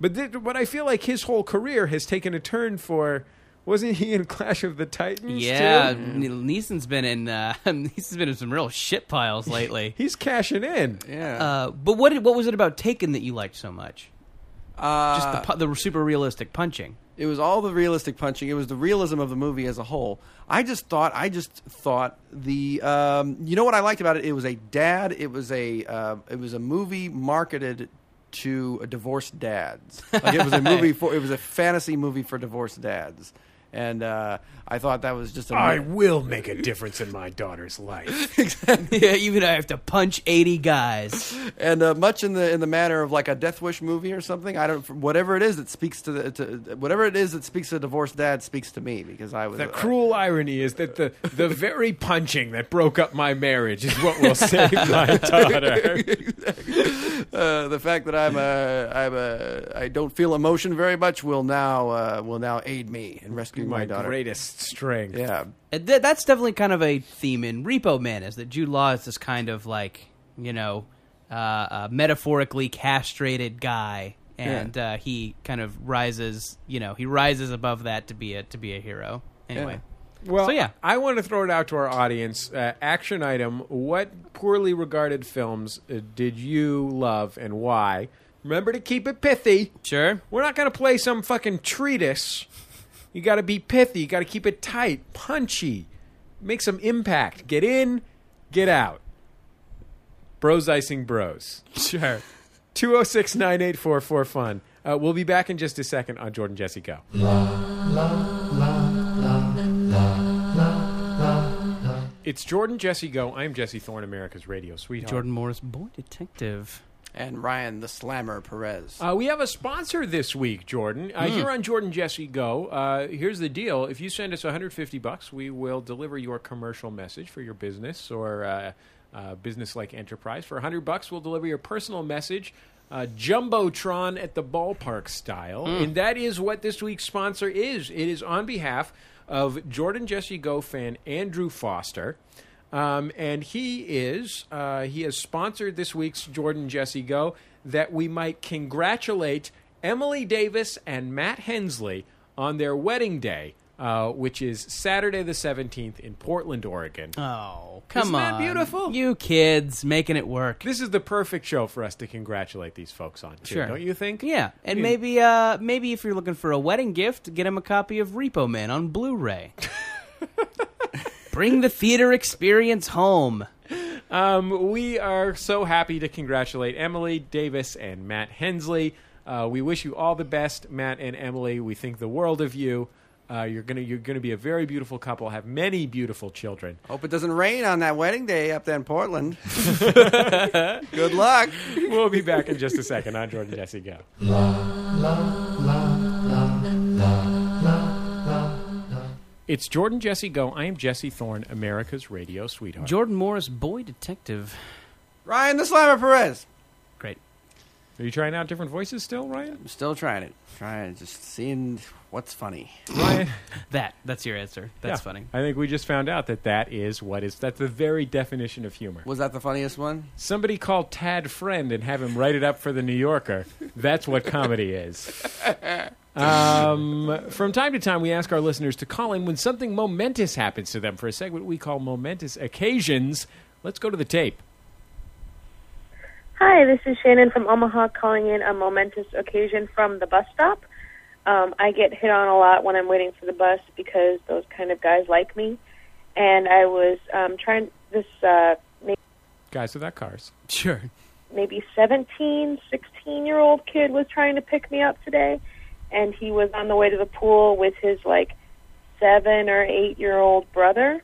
But th- but I feel like his whole career has taken a turn for. Wasn't he in Clash of the Titans? Yeah, too? Ne- Neeson's been in uh, Neeson's been in some real shit piles lately. he's cashing in. Yeah. uh, but what did, what was it about Taken that you liked so much? Uh, Just the pu- the super realistic punching. It was all the realistic punching. It was the realism of the movie as a whole. I just thought. I just thought the. Um, you know what I liked about it? It was a dad. It was a. Uh, it was a movie marketed to divorced dads. Like it was a movie for. It was a fantasy movie for divorced dads. And uh, I thought that was just. A will make a difference in my daughter's life. yeah, even I have to punch eighty guys. and uh, much in the in the manner of like a Death Wish movie or something. I don't whatever it is that speaks to the to, whatever it is that speaks to a divorced dad speaks to me because I was The cruel irony is that the, the very punching that broke up my marriage is what will save my daughter. uh, the fact that I'm a I'm a I don't feel emotion very much will now uh, will now aid me in rescuing my, my daughter. greatest strength. Yeah, And th- that's definitely kind of a theme in Repo Man is that Jude Law is this kind of like you know uh, uh, metaphorically castrated guy, and uh, he kind of rises you know he rises above that to be a to be a hero. Anyway, Well, So, yeah. I want to throw it out to our audience. Uh, action item: What poorly regarded films uh, did you love and why? Remember to keep it pithy. sure. We're not going to play some fucking treatise. You got to be pithy. You got to keep it tight, punchy, make some impact. Get in, get out. Bros icing bros. Sure. 206 9844 fun. Uh, we'll be back in just a second on Jordan Jesse Go. It's Jordan Jesse Go. I'm Jesse Thorne, America's radio sweetheart. Jordan Morris, boy detective. and Ryan the Slammer Perez. Uh, we have a sponsor this week, Jordan. Uh, Here on Jordan Jesse Go, uh, here's the deal: if you send us 150 bucks, we will deliver your commercial message for your business or uh, uh, business-like enterprise. For 100 bucks, we'll deliver your personal message. Uh, jumbotron at the ballpark style, and that is what this week's sponsor is. It is on behalf of Jordan Jesse Go fan Andrew Foster. Um, and he is uh, he has sponsored this week's Jordan Jesse Go that we might congratulate Emily Davis and Matt Hensley on their wedding day, uh, which is Saturday the seventeenth in Portland, Oregon. Oh, come Isn't on! that beautiful? You kids making it work. This is the perfect show for us to congratulate these folks on, too, Sure. don't you think? Yeah, and maybe uh maybe if you're looking for a wedding gift, get him a copy of Repo Man on Blu-ray. Bring the theater experience home. Um, we are so happy to congratulate Emily Davis and Matt Hensley. Uh, we wish you all the best, Matt and Emily. We think the world of you. Uh, you're gonna you're gonna be a very beautiful couple. Have many beautiful children. Hope it doesn't rain on that wedding day up there in Portland. Good luck. We'll be back in just a second on Jordan Jesse Go. It's Jordan Jesse Go. I am Jesse Thorne, America's radio sweetheart. Jordan Morris, boy detective. Ryan the Slammer Perez. Great. Are you trying out different voices still, Ryan? I'm still trying it. Trying just seeing what's funny. Ryan. That that's your answer. That's Yeah. funny. I think we just found out that that is what is that's the very definition of humor. Was that the funniest one? Somebody call Tad Friend and have him write it up for the New Yorker. That's what comedy is. Um, from time to time, we ask our listeners to call in when something momentous happens to them for a segment we call Momentous Occasions. Let's go to the tape. Hi, this is Shannon from Omaha calling in a momentous occasion from the bus stop. Um, I get hit on a lot when I'm waiting for the bus because those kind of guys like me. And I was um, trying this uh, may- Guys without cars. Sure. maybe 17, 16 year old kid was trying to pick me up today. And he was on the way to the pool with his like seven or eight year old brother.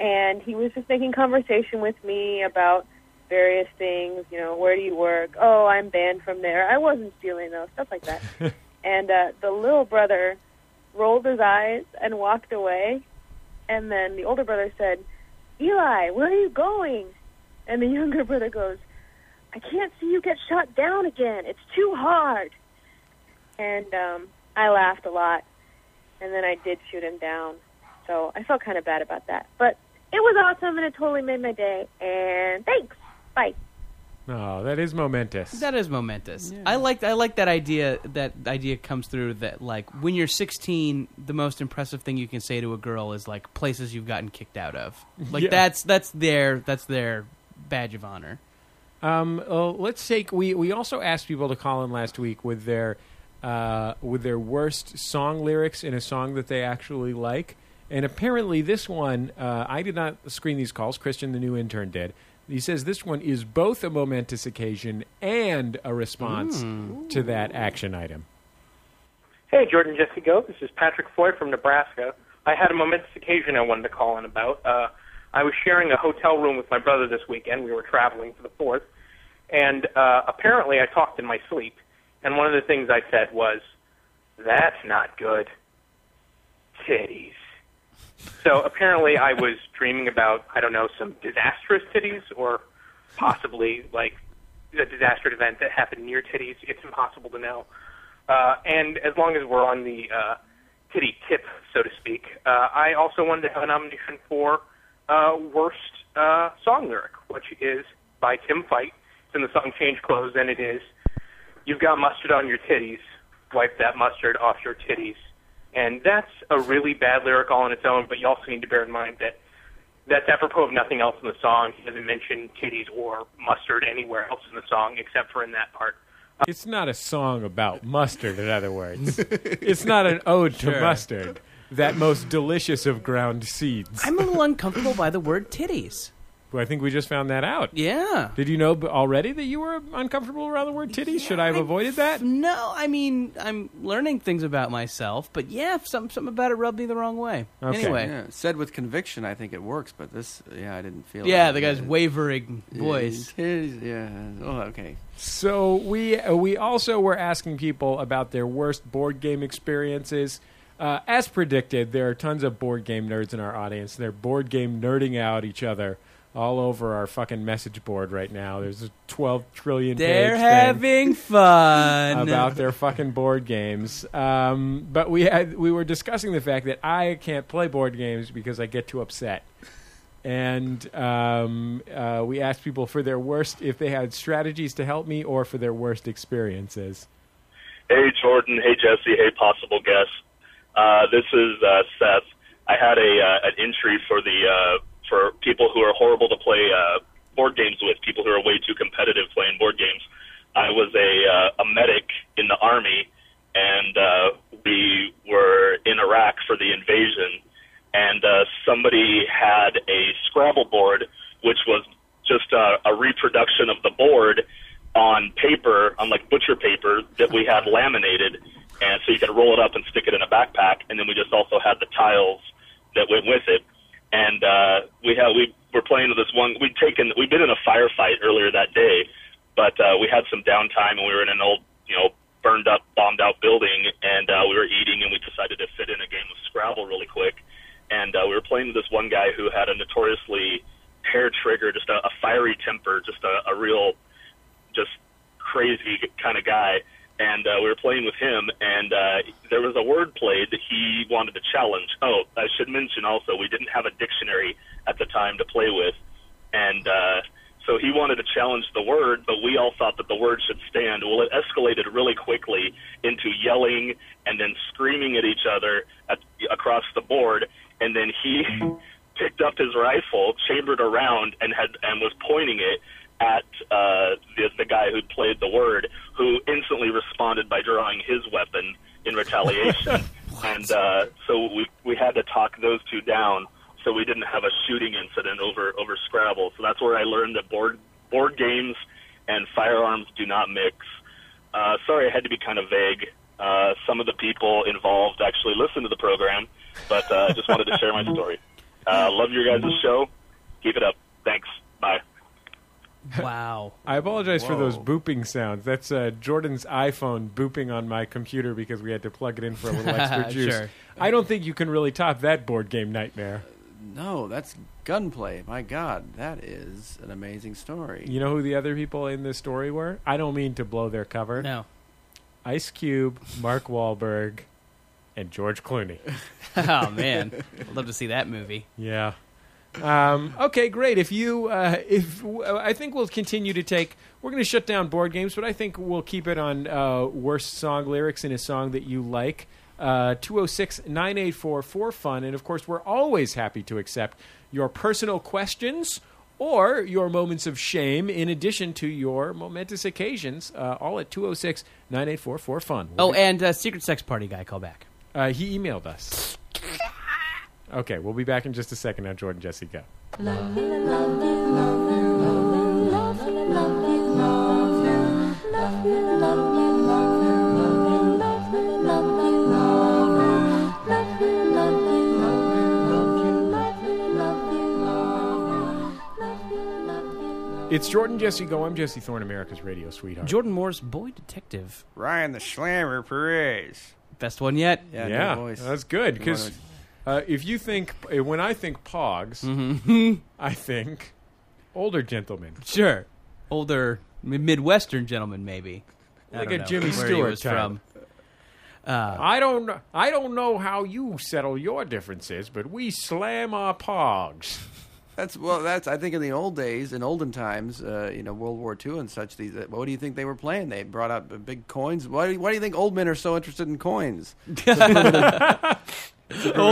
And he was just making conversation with me about various things. You know, where do you work? Oh, I'm banned from there. I wasn't stealing though. Stuff like that. and uh, the little brother rolled his eyes and walked away. And then the older brother said, "Eli, where are you going?" And the younger brother goes, "I can't see you get shot down again. It's too hard." And um, I laughed a lot. And then I did shoot him down. So I felt kind of bad about that. But it was awesome and it totally made my day. And thanks. Bye. Oh, that is momentous. That is momentous. I like I like that idea. That idea comes through that like when you're 16, the most impressive thing you can say to a girl is like places you've gotten kicked out of. Like Yeah. that's that's their that's their badge of honor. Um, oh, let's take. We we also asked people to call in last week with their uh, with their worst song lyrics in a song that they actually like, and apparently this one uh, I did not screen these calls. Christian, the new intern, did. He says this one is both a momentous occasion and a response to that action item. Hey, Jordan Jesse Go. This is Patrick Foy from Nebraska. I had a momentous occasion I wanted to call in about. Uh, I was sharing a hotel room with my brother this weekend. We were traveling for the fourth, and uh, apparently I talked in my sleep. And one of the things I said was, "That's not good." Titties. So apparently I was dreaming about I don't know some disastrous titties or possibly like a disastrous event that happened near titties. It's impossible to know. Uh, and as long as we're on the uh, titty tip, so to speak, uh, I also wanted to have a nomination for uh, worst uh, song lyric, which is by Tim Fight. It's in the song "Change Clothes," and it is, "You've got mustard on your titties. Wipe that mustard off your titties." And that's a really bad lyric all on its own. But you also need to bear in mind that that's apropos of nothing else in the song. He doesn't mention titties or mustard anywhere else in the song except for in that part. It's not a song about mustard, in other words. it's not an ode to mustard, that most delicious of ground seeds. I'm a little uncomfortable by the word titties. I think we just found that out. Yeah. Did you know b- already that you were uncomfortable around the word titty? Should I have avoided that? No, I mean I'm learning things about myself, but yeah, some something about it rubbed me the wrong way. Okay. Anyway, yeah, Yeah, said with conviction, I think it works, but this, yeah, I didn't feel it. the guy's wavering voice. Yeah, yeah. Oh, okay. So we uh, we also were asking people about their worst board game experiences. Uh, as predicted, there are tons of board game nerds in our audience. They're board game nerding out each other all over our fucking message board right now. There's a 12 trillion They're page thing. having fun. about their fucking board games. Um, but we had we were discussing the fact that I can't play board games because I get too upset. And um, uh, we asked people for their worst if they had strategies to help me or for their worst experiences. Hey, Jordan. Hey, Jesse. Hey, possible guest. Uh, this is uh, Seth. I had a uh, an entry for the uh, for people who are horrible to play uh, board games with. People who are way too competitive playing board games. I was a uh, a medic in the army, and uh, we were in Iraq for the invasion. And uh, somebody had a Scrabble board, which was just a, a reproduction of the board on paper, on like butcher paper that we had laminated, and so you could roll it up and stick it in a backpack. And then we just also had the tiles that went with it. And uh, we had we were playing with this one. We'd taken we'd been in a firefight earlier that day, but uh, we had some downtime and we were in an old you know burned up bombed out building, and uh, we were eating and we decided to fit in a game of Scrabble really quick. And uh, we were playing with this one guy who had a notoriously hair trigger, just a, a fiery temper, just a, a real just crazy kind of guy. And uh, we were playing with him, and uh, there was a word played that he wanted to challenge. Oh, I should mention also, we didn't have a dictionary at the time to play with. And uh, so he wanted to challenge the word, but we all thought that the word should stand. Well, it escalated really quickly into yelling and then screaming at each other at, across the board. And then he picked up his rifle, chambered around, and had and was pointing it at uh, the, the guy who played the word, who instantly responded by drawing his weapon in retaliation. and uh, so we we had to talk those two down, so we didn't have a shooting incident over over Scrabble. So that's where I learned that board board games and firearms do not mix. Uh, sorry, I had to be kind of vague. Uh, some of the people involved actually listened to the program, but uh, I just wanted to share my story. Uh, love your guys' show. Keep it up. Thanks. Bye. Wow. I apologize for those booping sounds. That's uh, Jordan's iPhone booping on my computer because we had to plug it in for a little extra juice. Sure. I don't think you can really top that board game nightmare. No, that's gunplay. My God, that is an amazing story. You know who the other people in this story were? I don't mean to blow their cover. No. Ice Cube, Mark Wahlberg, and George Clooney. Oh man, I'd love to see that movie. Yeah. Um, okay, great. If you, uh, if I think we'll continue to take, we're going to shut down board games, but I think we'll keep it on uh, worst song lyrics in a song that you like. Uh, 206 984 4 fun. And of course, we're always happy to accept your personal questions or your moments of shame in addition to your momentous occasions, uh, all at 206 984 4 fun. Oh, and uh, Secret Sex Party guy, call back. Uh, he emailed us. Okay, we'll be back in just a second now, Jordan Jesse go. It's Jordan Jesse Go. I'm Jesse Thorne, America's radio sweetheart. Jordan Moore's Boy Detective, Ryan the Slammer Perez. best one yet. Yeah, no yeah, voice. that's good because voice. uh, if you think uh, when I think Pogs, Mm-hmm. I think older gentlemen, Sure, older mi- Midwestern gentleman, maybe I like don't a know Jimmy where he Stewart was type. from. Uh. I don't, kn- I don't know how you settle your differences, but we slam our Pogs. That's well. That's I think in the old days, in olden times, uh, you know, World War II and such. These, uh, what do you think they were playing? They brought out uh, big coins. Why? do you- Why do you think old men are so interested in coins? Old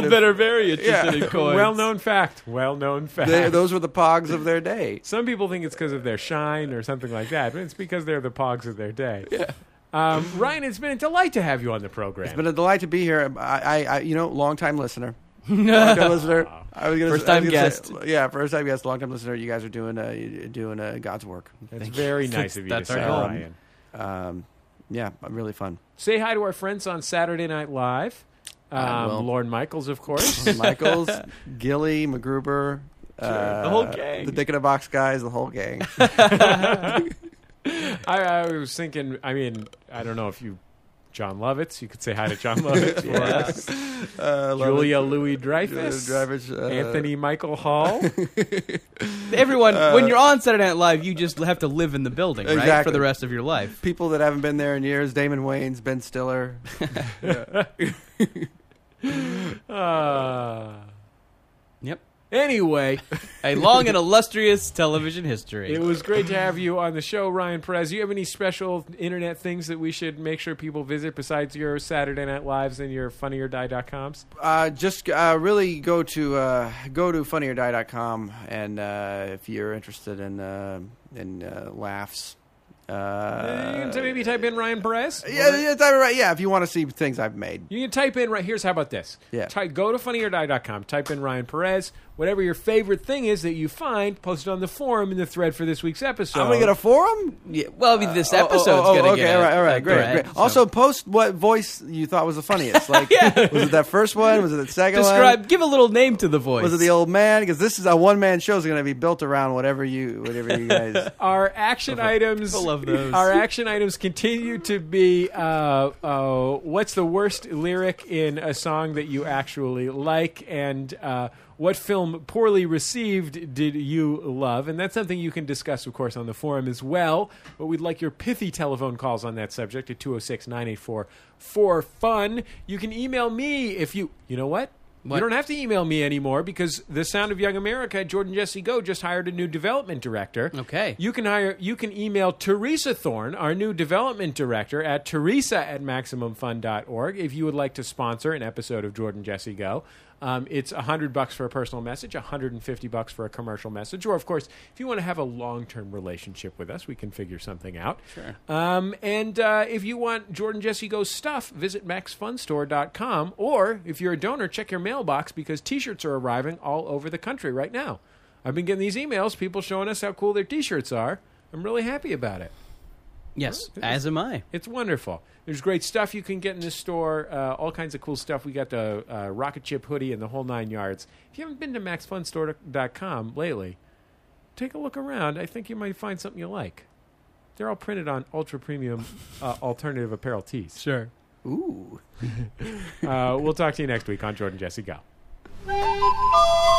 better very interested Yeah. in coins. Well-known fact. Well-known fact. They, those were the pogs of their day. Some people think it's because of their shine or something like that, but it's because they're the Pogs of their day. Um, Ryan, it's been a delight to have you on the program. It's been a delight to be here. I, I, I you know, long time listener. long time listener. I was gonna, First I time was gonna guest. Say, yeah, first time guest, long time listener. You guys are doing uh, you- doing uh, God's work. That's very nice That's- of you that's to our say, goal. Ryan. Um, yeah, really fun. Say hi to our friends on Saturday Night Live. will. Um, Lorne Michaels, of course. Michaels, Gilly, MacGruber. Uh, whole gang. The Dick in a Box guys, the whole gang. I, I was thinking. I mean, I don't know if you, John Lovitz. You could say hi to John Lovitz. for us. Uh, Julia Louis Dreyfus. Drivers, uh, Anthony Michael Hall. Everyone, Uh, when you're on Saturday Night Live, you just have to live in the building, right, for Exactly. the rest of your life. People that haven't been there in years: Damon Wayans, Ben Stiller. Uh, Yep. anyway, A long and illustrious television history. it was great to have you on the show, Ryan Perez. Do you have any special internet things that we should make sure people visit besides your Saturday Night Lives and your funnierdie.coms? Uh, just uh, really go to uh, go to funnierdie.com and uh, if you're interested in uh, in uh, laughs. Uh, Uh, so maybe type in Ryan Perez. yeah, yeah, type it right. Yeah, if you want to see things I've made. You can type in right here's how about this. Yeah. Ty- go to funnyordie.com, type in Ryan Perez, whatever your favorite thing is that you find, post it on the forum in the thread for this week's episode. I'm gonna get a forum. Yeah, well, I mean, this episode's oh, oh, gonna okay, get all right, all a right, great, thread, great. so- Also, post what voice you thought was the funniest. Like, was it that first one? Was it the second one? describe, give a little name to the voice. Was it the old man? Because this is a one man show is going to be built around whatever you whatever you guys. our action items I love those. our action items continue to be uh, uh, what's the worst lyric in a song that you actually like and uh, what film poorly received did you love and that's something you can discuss of course on the forum as well but we'd like your pithy telephone calls on that subject at 206-984 for fun you can email me if you you know what What? you don't have to email me anymore because the Sound of Young America, Jordan Jesse Go, just hired a new development director. Okay. You can hire you can email Teresa Thorne, our new development director, at Teresa at MaximumFun.org if you would like to sponsor an episode of Jordan Jesse Go. Um, it's hundred bucks for a personal message, 150 bucks for a commercial message, or of course, if you want to have a long-term relationship with us, we can figure something out. Sure. Um, and uh, if you want Jordan Jesse Go stuff, visit maxfunstore.com, or if you're a donor, check your mailbox because T-shirts are arriving all over the country right now. I've been getting these emails, people showing us how cool their T-shirts are. I'm really happy about it. yes, as am I. It's wonderful. There's great stuff you can get in the store. Uh, all kinds of cool stuff. We got the uh, rocket chip hoodie and the whole nine yards. If you haven't been to maxfunstore.com lately, take a look around. I think you might find something you like. They're all printed on ultra premium uh, alternative apparel tees. Sure. Ooh. Uh, we'll talk to you next week on Jordan Jesse Go. Thank you.